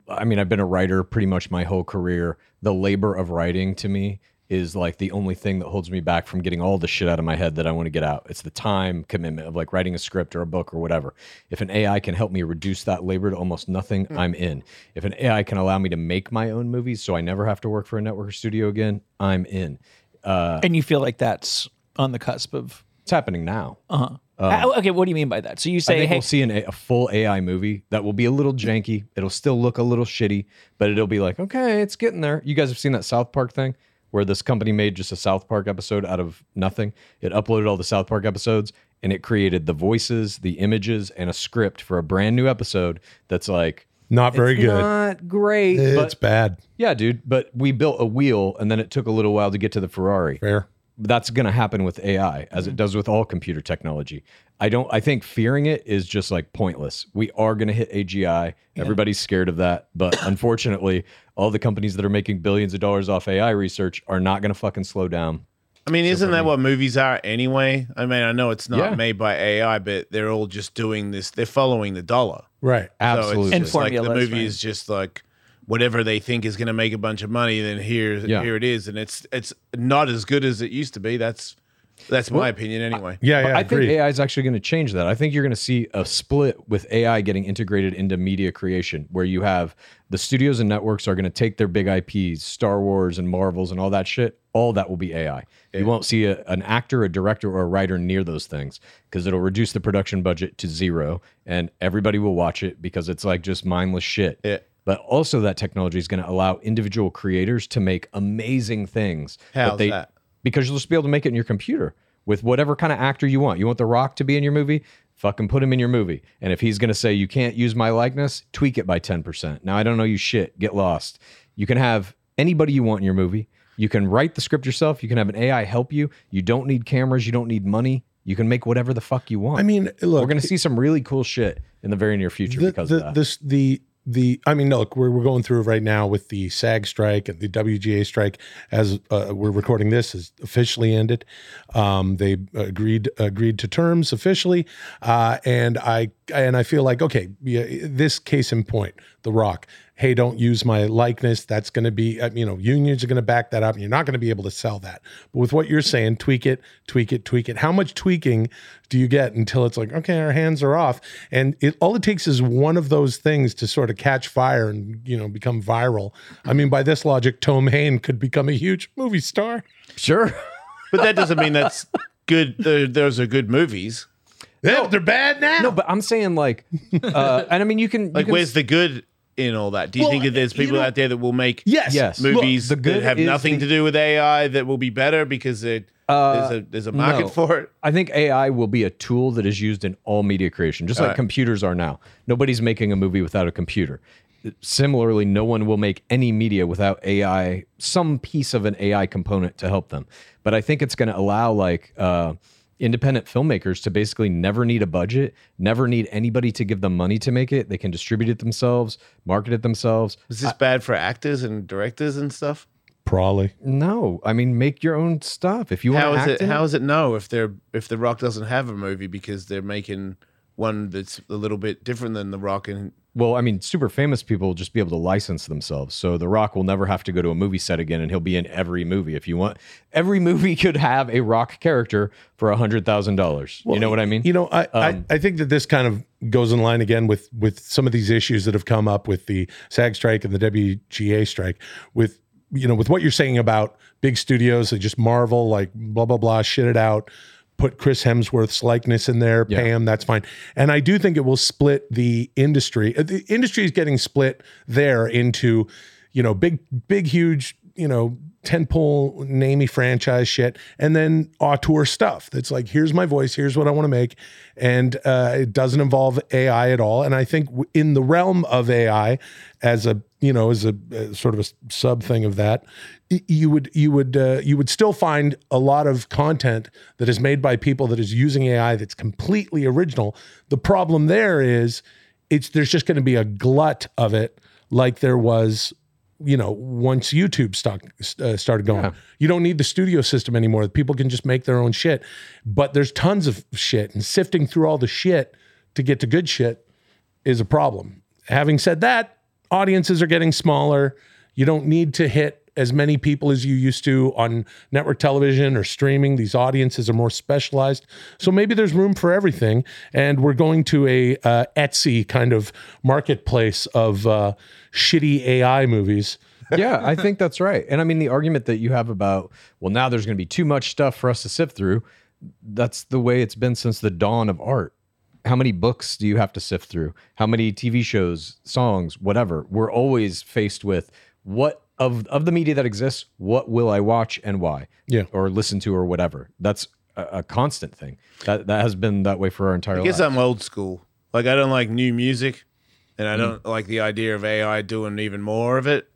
Speaker 5: I mean, I've been a writer pretty much my whole career. The labor of writing to me is like the only thing that holds me back from getting all the shit out of my head that I want to get out. It's the time commitment of like writing a script or a book or whatever. If an AI can help me reduce that labor to almost nothing, I'm in. If an AI can allow me to make my own movies so I never have to work for a network or studio again, I'm in. Uh,
Speaker 8: and you feel like that's on the cusp of.
Speaker 5: It's happening now.
Speaker 4: uh-huh.
Speaker 8: Ah, okay, what do you mean by that? So you
Speaker 5: Um, I
Speaker 8: say,
Speaker 5: think
Speaker 8: hey,
Speaker 5: we'll see an, a a full AI movie that will be a little janky. It'll still look a little shitty, but it'll be like, okay, it's getting there. You guys have seen that South Park thing where this company made just a South Park episode out of nothing. It uploaded all the South Park episodes and it created the voices, the images, and a script for a brand new episode that's like,
Speaker 6: Not very
Speaker 5: it's
Speaker 6: good.
Speaker 5: Not great.
Speaker 6: it's
Speaker 5: But,
Speaker 6: bad.
Speaker 5: yeah, dude. But we built a wheel and then it took a little while to get to the Ferrari
Speaker 6: Fair.
Speaker 5: that's going to happen with AI as it does with all computer technology. I don't I think fearing it is just like pointless. We are going to hit AGI. Everybody's scared of that, but unfortunately, all the companies that are making billions of dollars off AI research are not going to fucking slow down.
Speaker 3: I mean, isn't that what movies are anyway? I mean, I know it's not
Speaker 5: Yeah.
Speaker 3: made by AI, but they're all just doing this. They're following the dollar.
Speaker 6: Right.
Speaker 5: Absolutely.
Speaker 3: So it's just like the
Speaker 8: formulas,
Speaker 3: movie
Speaker 8: right.
Speaker 3: is just like whatever they think is going to make a bunch of money. Then here,
Speaker 5: Yeah.
Speaker 3: here it is, and it's it's not as good as it used to be. That's that's my opinion anyway.
Speaker 6: Yeah, yeah,
Speaker 5: I think
Speaker 6: agreed.
Speaker 5: AI is actually going to change that. I think you're going to see a split with AI getting integrated into media creation, where you have the studios and networks are going to take their big IPs, Star Wars and Marvels and all that shit. All that will be AI. You won't see a, an actor, a director, or a writer near those things because it'll reduce the production budget to zero, and everybody will watch it because it's like just mindless shit.
Speaker 3: Yeah.
Speaker 5: But also, that technology is going to allow individual creators to make amazing things. but
Speaker 3: How's
Speaker 5: they-
Speaker 3: that?
Speaker 5: because you'll just be able to make it in your computer with whatever kind of actor you want. You want The Rock to be in your movie? Fucking put him in your movie. And if he's going to say, you can't use my likeness, tweak it by 10%. Now, I don't know you shit. Get lost. You can have anybody you want in your movie. You can write the script yourself. You can have an AI help you. You don't need cameras. You don't need money. You can make whatever the fuck you want.
Speaker 6: I mean, look,
Speaker 5: we're going to see some really cool shit in the very near future
Speaker 6: the,
Speaker 5: because
Speaker 6: the,
Speaker 5: of that.
Speaker 6: This, the the I mean, look, we're we're going through it right now with the SAG strike and the WGA strike. As uh, we're recording this, is officially ended. Um, they agreed agreed to terms officially, uh, and I and I feel like okay, yeah, this case in point, The Rock. Hey, don't use my likeness. That's going to be uh, you know unions are going to back that up, and you're not going to be able to sell that. But with what you're saying, tweak it, tweak it, tweak it. How much tweaking do you get until it's like okay, our hands are off? And it all it takes is one of those things to sort of catch fire and you know become viral. I mean, by this logic, Tom Hain could become a huge movie star.
Speaker 5: sure.
Speaker 3: But that doesn't mean that's good. There, those are good movies.
Speaker 6: They're- they're bad now.
Speaker 5: No, but I'm saying like, uh, and I mean, you can. you
Speaker 3: Like,
Speaker 5: can-
Speaker 3: where's the good in all that? Do you think that there's people out there that will make
Speaker 6: yes,
Speaker 5: Yes.
Speaker 3: movies
Speaker 5: Look, the good
Speaker 3: that have
Speaker 5: is
Speaker 3: nothing
Speaker 5: the- Uh,
Speaker 3: to do with AI that will be better because it, there's a there's a market
Speaker 5: no.
Speaker 3: for it?
Speaker 5: I think AI will be a tool that is used in all media creation, just like computers are now. Nobody's making a movie without a computer. Similarly, no one will make any media without AI, some piece of an AI component to help them. But I think it's going to allow like uh, independent filmmakers to basically never need a budget, never need anybody to give them money to make it. They can distribute it themselves, market it themselves.
Speaker 3: Is this bad for actors and directors and stuff?
Speaker 6: probably.
Speaker 5: No, I mean, make your own stuff if you
Speaker 3: How
Speaker 5: want
Speaker 3: is
Speaker 5: to.
Speaker 3: it? How is it? No, if they're if the Rock doesn't have a movie because they're making one that's a little bit different than the Rock and
Speaker 5: Well, I mean, super famous people will just be able to license themselves. So The Rock will never have to go to a movie set again, and he'll be in every movie if you want. Every movie could have a Rock character for a hundred thousand dollars. You know what I mean?
Speaker 6: You know, I, I I think that this kind of goes in line again with with some of these issues that have come up with the SAG strike and the WGA strike. With you know, with what you're saying about big studios that just marvel like blah blah blah, shit it out, put Chris Hemsworth's likeness in there, pay him, that's fine. And I do think it will split the industry. Uh, The industry is getting split there into you know big big huge you know tentpole namey franchise shit and then auteur stuff that's like here's my voice here's what i want to make and uh, it doesn't involve ai at all and i think w- in the realm of ai as a you know as a uh, sort of a s- sub thing of that y- you would you would uh, you would still find a lot of content that is made by people that is using ai that's completely original the problem there is it's there's just going to be a glut of it like there was you know once youtube stock, uh, started going you don't need the studio system anymore people can just make their own shit but there's tons of shit and sifting through all the shit to get to good shit is a problem having said that audiences are getting smaller you don't need to hit as many people as you used to on network television or streaming. These audiences are more specialized. So maybe there's room for everything. And we're going to a uh, Etsy kind of marketplace of uh, shitty AI movies.
Speaker 5: yeah, I think that's right. And I mean, the argument that you have about, well, now there's going to be too much stuff for us to sift through, that's the way it's been since the dawn of art. How many books do you have to sift through? How many TV shows, songs, whatever? We're always faced with what of of the media that exists, what will I watch and why?
Speaker 6: Yeah.
Speaker 5: Or listen to or whatever. That's a, a constant thing. That that has been that way for our entire
Speaker 3: I guess
Speaker 5: lives.
Speaker 3: I'm old school. Like I don't like new music, and I don't like the idea of AI doing even more of it.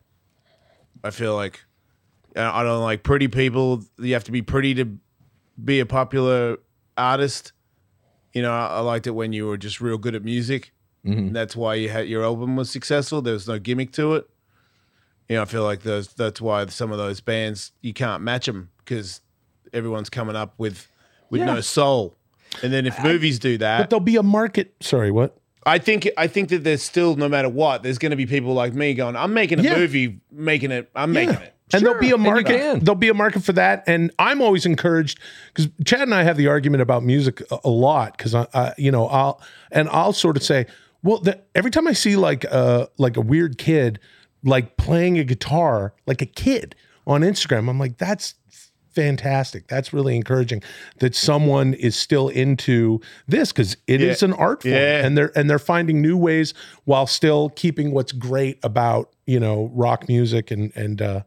Speaker 3: I feel like I I don't like pretty people. You have to be pretty to be a popular artist. You know, I, I liked it when you were just real good at music.
Speaker 6: Mm-hmm.
Speaker 3: And that's why you had your album was successful. There was no gimmick to it. You know, I feel like those. That's why some of those bands you can't match them because everyone's coming up with with no soul. And then if movies do that,
Speaker 6: But there'll be a market. Sorry, what?
Speaker 3: I think I think that there's still no matter what, there's going to be people like me going, I'm making a
Speaker 6: Yeah.
Speaker 3: movie, making it, I'm making it.
Speaker 6: And there'll be a
Speaker 5: you
Speaker 6: market.
Speaker 5: can.
Speaker 6: There'll be a market for that. And I'm always encouraged because Chad and I have the argument about music a, a lot because I, I, you know, I'll and I'll sort of say, well, the, every time I see like a like a weird kid like playing a guitar like a kid on Instagram, I'm like, that's fantastic. That's really encouraging that someone is still into this because it is an art form,
Speaker 3: Yeah.
Speaker 6: and they're and they're finding new ways while still keeping what's great about you know rock music and and uh,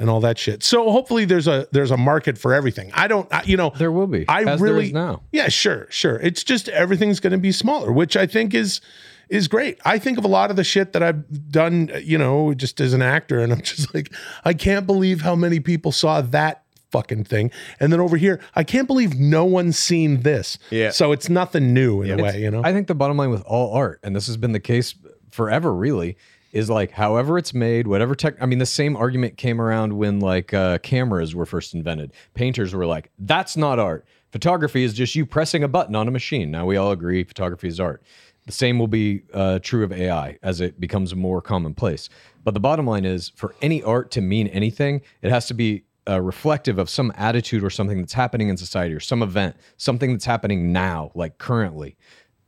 Speaker 6: and all that shit. So hopefully there's a there's a market for everything. I don't I, you know
Speaker 5: There will be,
Speaker 6: I
Speaker 5: as there
Speaker 6: really
Speaker 5: is now.
Speaker 6: yeah, sure, sure. It's just everything's going to be smaller, which I think is is great. I think of a lot of the shit that I've done, you know, just as an actor, and I'm just like, I can't believe how many people saw that fucking thing. And then over here, I can't believe no one's seen this.
Speaker 3: Yeah.
Speaker 6: So it's nothing new in a way, you know.
Speaker 5: I think the bottom line with all art, and this has been the case forever, really, is like however it's made, whatever tech. I mean, the same argument came around when like uh, cameras were first invented. Painters were like, "That's not art. Photography is just you pressing a button on a machine." Now we all agree photography is art. The same will be uh, true of AI as it becomes more commonplace. But the bottom line is, for any art to mean anything, it has to be uh, reflective of some attitude or something that's happening in society or some event, something that's happening now, like currently.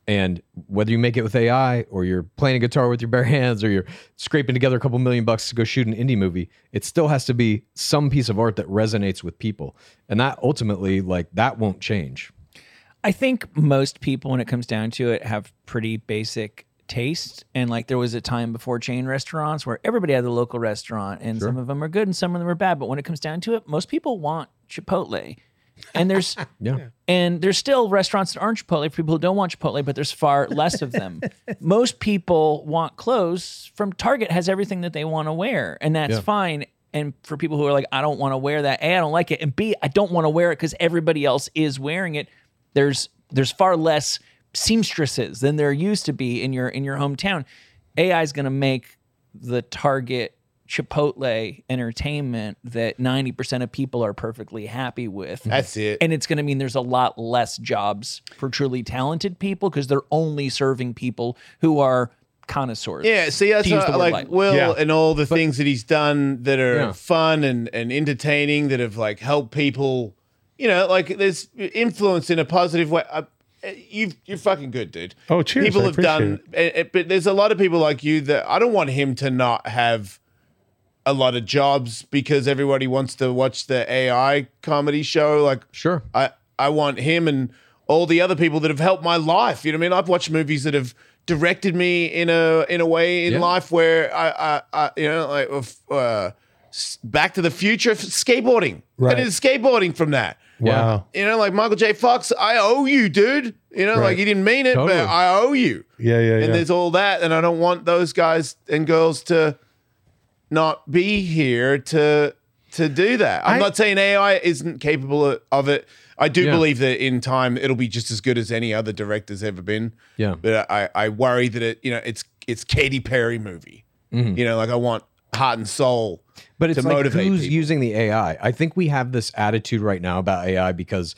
Speaker 5: And whether you make it with AI or you're playing a guitar with your bare hands or you're scraping together a couple million bucks to go shoot an indie movie, it still has to be some piece of art that resonates with people. And that ultimately, like, that won't change.
Speaker 4: I think most people, when it comes down to it, have pretty basic taste. And like there was a time before chain restaurants where everybody had the local restaurant, and some of them are good and some of them are bad. But when it comes down to it, most people want Chipotle. And there's
Speaker 5: Yeah.
Speaker 4: and there's still restaurants that aren't Chipotle for people who don't want Chipotle, but there's far less of them. Most people want clothes from Target has everything that they want to wear, and that's fine. And for people who are like, I don't want to wear that, A, I don't like it, and B, I don't want to wear it because everybody else is wearing it. There's there's far less seamstresses than there used to be in your in your hometown. AI is going to make the Target Chipotle entertainment that 90% of people are perfectly happy with
Speaker 3: That's it.
Speaker 4: and it's going to mean there's a lot less jobs for truly talented people because they're only serving people who are connoisseurs.
Speaker 3: yeah, see, that's
Speaker 4: To use
Speaker 3: what-
Speaker 4: the word
Speaker 3: like
Speaker 4: lightly.
Speaker 3: Will
Speaker 6: Yeah.
Speaker 3: and all the things that he's done that are
Speaker 5: Yeah.
Speaker 3: fun and, and entertaining that have like helped people, you know, like there's influence in a positive way. I, you you're fucking good, dude.
Speaker 6: Oh, cheers.
Speaker 3: People
Speaker 6: I
Speaker 3: have done, eh, eh, but there's a lot of people like you that I don't want him to not have a lot of jobs because everybody wants to watch the AI comedy show. Like,
Speaker 5: Sure.
Speaker 3: I I want him and all the other people that have helped my life. You know what I mean? I've watched movies that have directed me in a in a way in
Speaker 5: Yeah.
Speaker 3: life where I, I I you know like of, uh, s- Back to the Future f- skateboarding. I
Speaker 6: Right.
Speaker 3: did skateboarding from that.
Speaker 6: Wow.
Speaker 3: You know, like Michael J. Fox, I owe you, dude. You know, like
Speaker 6: Right.
Speaker 3: he didn't mean it,
Speaker 5: Totally.
Speaker 3: but I owe you.
Speaker 6: Yeah, yeah, yeah.
Speaker 3: And there's all that, and I don't want those guys and girls to not be here to to do that. I'm
Speaker 6: I-
Speaker 3: not saying AI isn't capable of- of it. I do
Speaker 5: Yeah.
Speaker 3: believe that in time it'll be just as good as any other director's ever been.
Speaker 5: Yeah.
Speaker 3: But I I worry that it you know it's it's Katy Perry movie.
Speaker 5: Mm-hmm.
Speaker 3: You know, like I want heart and soul.
Speaker 5: But it's
Speaker 3: to
Speaker 5: like
Speaker 3: motivate
Speaker 5: who's
Speaker 3: people.
Speaker 5: using the AI. I think we have this attitude right now about AI because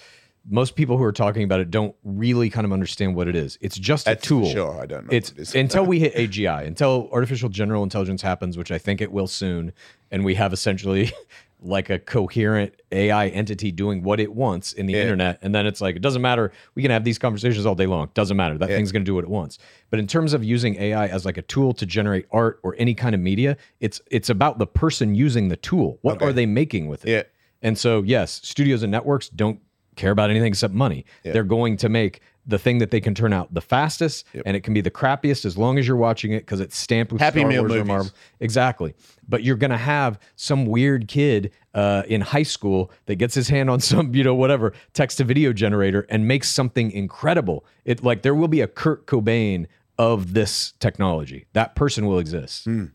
Speaker 5: most people who are talking about it don't really kind of understand what it is. It's just
Speaker 3: That's
Speaker 5: a
Speaker 3: for
Speaker 5: tool.
Speaker 3: sure. I don't know
Speaker 5: It's
Speaker 3: what it is.
Speaker 5: until we hit AGI, until artificial general intelligence happens, which I think it will soon, and we have essentially like a coherent AI entity doing what it wants in the internet, and then it's like it doesn't matter. We can have these conversations all day long. Doesn't matter. That thing's going to do what it wants. But in terms of using AI as like a tool to generate art or any kind of media, it's it's about the person using the tool. What are they making with it?
Speaker 3: Yeah.
Speaker 5: And so, yes, studios and networks don't care about anything except money. They're going to make the thing that they can turn out the fastest, and it can be the crappiest as long as you're watching it because it's stamped with
Speaker 3: Happy
Speaker 5: Star
Speaker 3: Meal
Speaker 5: Wars or
Speaker 3: movies.
Speaker 5: Marvel. Exactly. But you're going to have some weird kid uh, in high school that gets his hand on some, you know, whatever text to video generator and makes something incredible. It like there will be a Kurt Cobain of this technology. That person will exist.
Speaker 3: Hmm.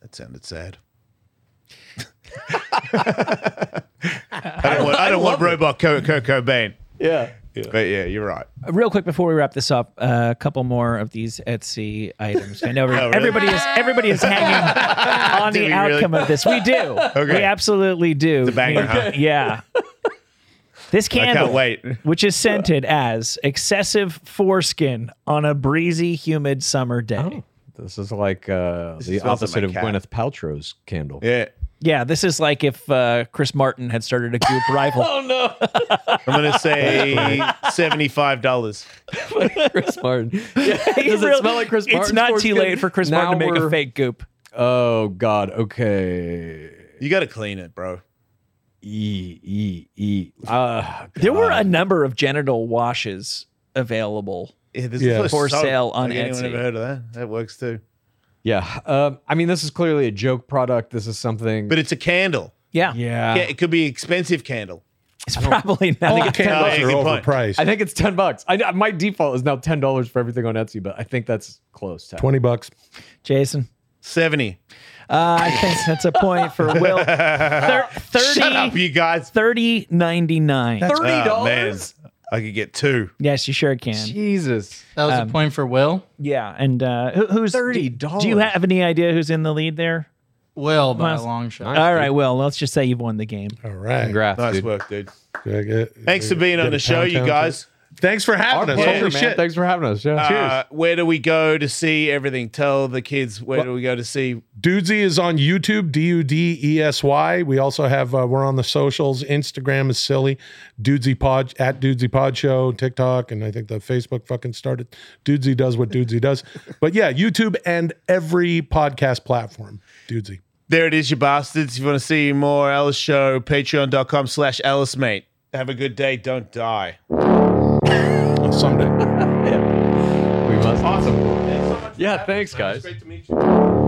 Speaker 3: That sounded sad. I don't want, I don't want robot Co- Kurt Cobain. Yeah. But yeah, you're right.
Speaker 4: Real quick before we wrap this up, uh, a couple more of these Etsy items. I know every-
Speaker 3: Oh, really?
Speaker 4: everybody is everybody is hanging on
Speaker 3: Do
Speaker 4: the
Speaker 3: we really?
Speaker 4: outcome of this. We do. We absolutely do.
Speaker 3: banger, huh?
Speaker 4: Yeah. This
Speaker 3: I
Speaker 4: candle,
Speaker 3: can't wait.
Speaker 4: which is scented as excessive foreskin on a breezy, humid summer day.
Speaker 5: This is like uh, the
Speaker 3: smells like
Speaker 5: opposite
Speaker 3: my
Speaker 5: of
Speaker 3: cat.
Speaker 5: Gwyneth Paltrow's candle.
Speaker 3: Yeah.
Speaker 4: Yeah, this is like if uh, Chris Martin had started a group rival.
Speaker 3: I'm going to say $75.
Speaker 5: Chris Martin. Yeah, does it
Speaker 4: Really,
Speaker 5: smell like Chris Martin?
Speaker 4: It's not too late for Chris Martin to make a fake goop.
Speaker 5: Oh God. Okay.
Speaker 3: You got to clean it, bro.
Speaker 5: E E E. Uh,
Speaker 4: There were a number of genital washes available.
Speaker 3: Yeah, this
Speaker 6: Yeah.
Speaker 3: place
Speaker 4: For
Speaker 3: sold.
Speaker 4: sale on
Speaker 3: Like,
Speaker 4: Etsy.
Speaker 3: Anyone ever heard of that? That works too.
Speaker 5: yeah. Um, I mean, this is clearly a joke product. This is something.
Speaker 3: But it's a candle.
Speaker 4: Yeah,
Speaker 5: yeah.
Speaker 3: yeah, it could be an expensive candle.
Speaker 4: it's probably not.
Speaker 6: All candles
Speaker 3: yeah,
Speaker 6: are
Speaker 3: good point.
Speaker 6: overpriced.
Speaker 5: I think it's ten bucks. I my default is now ten dollars for everything on Etsy, but I think that's close. To
Speaker 6: Twenty bucks.
Speaker 4: Jason,
Speaker 3: 70.
Speaker 4: uh, I think that's a point for Will. Thir- 30,
Speaker 3: Shut up, you guys.
Speaker 4: 30 99.
Speaker 5: Thirty
Speaker 3: Oh, man.
Speaker 5: dollars.
Speaker 3: I could get two.
Speaker 4: Yes, you sure can.
Speaker 5: Jesus.
Speaker 10: That was a point for Will.
Speaker 4: Yeah, and uh, who, who's
Speaker 5: $30.
Speaker 4: Do you have any idea who's in the lead there?
Speaker 10: Will by
Speaker 4: Nice.
Speaker 10: a long shot.
Speaker 4: All right, Will. Let's just say you've won the game.
Speaker 6: All right.
Speaker 5: Congrats,
Speaker 3: Nice
Speaker 5: dude.
Speaker 3: work, dude. Thanks
Speaker 6: Thanks
Speaker 3: for being on the show, you guys.
Speaker 6: Thanks for
Speaker 5: Our
Speaker 6: having us.
Speaker 5: pleasure,
Speaker 6: Holy
Speaker 5: man.
Speaker 6: shit.
Speaker 5: Thanks for having us. Yeah.
Speaker 3: Uh, where do we go to see everything? Tell the kids where do we go to see
Speaker 6: Dudesy is on YouTube, D U D E S Y. We also have, uh, we're on the socials. Instagram is silly, Dudesy Pod, at Dudesy Pod Show, TikTok, and I think the Facebook fucking started. Dudesy does what Dudesy does. But yeah, YouTube and every podcast platform, Dudesy.
Speaker 3: There it is, you bastards. If you want to see more Alice Show, patreon.com slash Alice Mate. Have a good day. Don't die.
Speaker 6: Someday.
Speaker 5: We must. Awesome. Yeah. Thanks, guys.
Speaker 3: Great to meet you.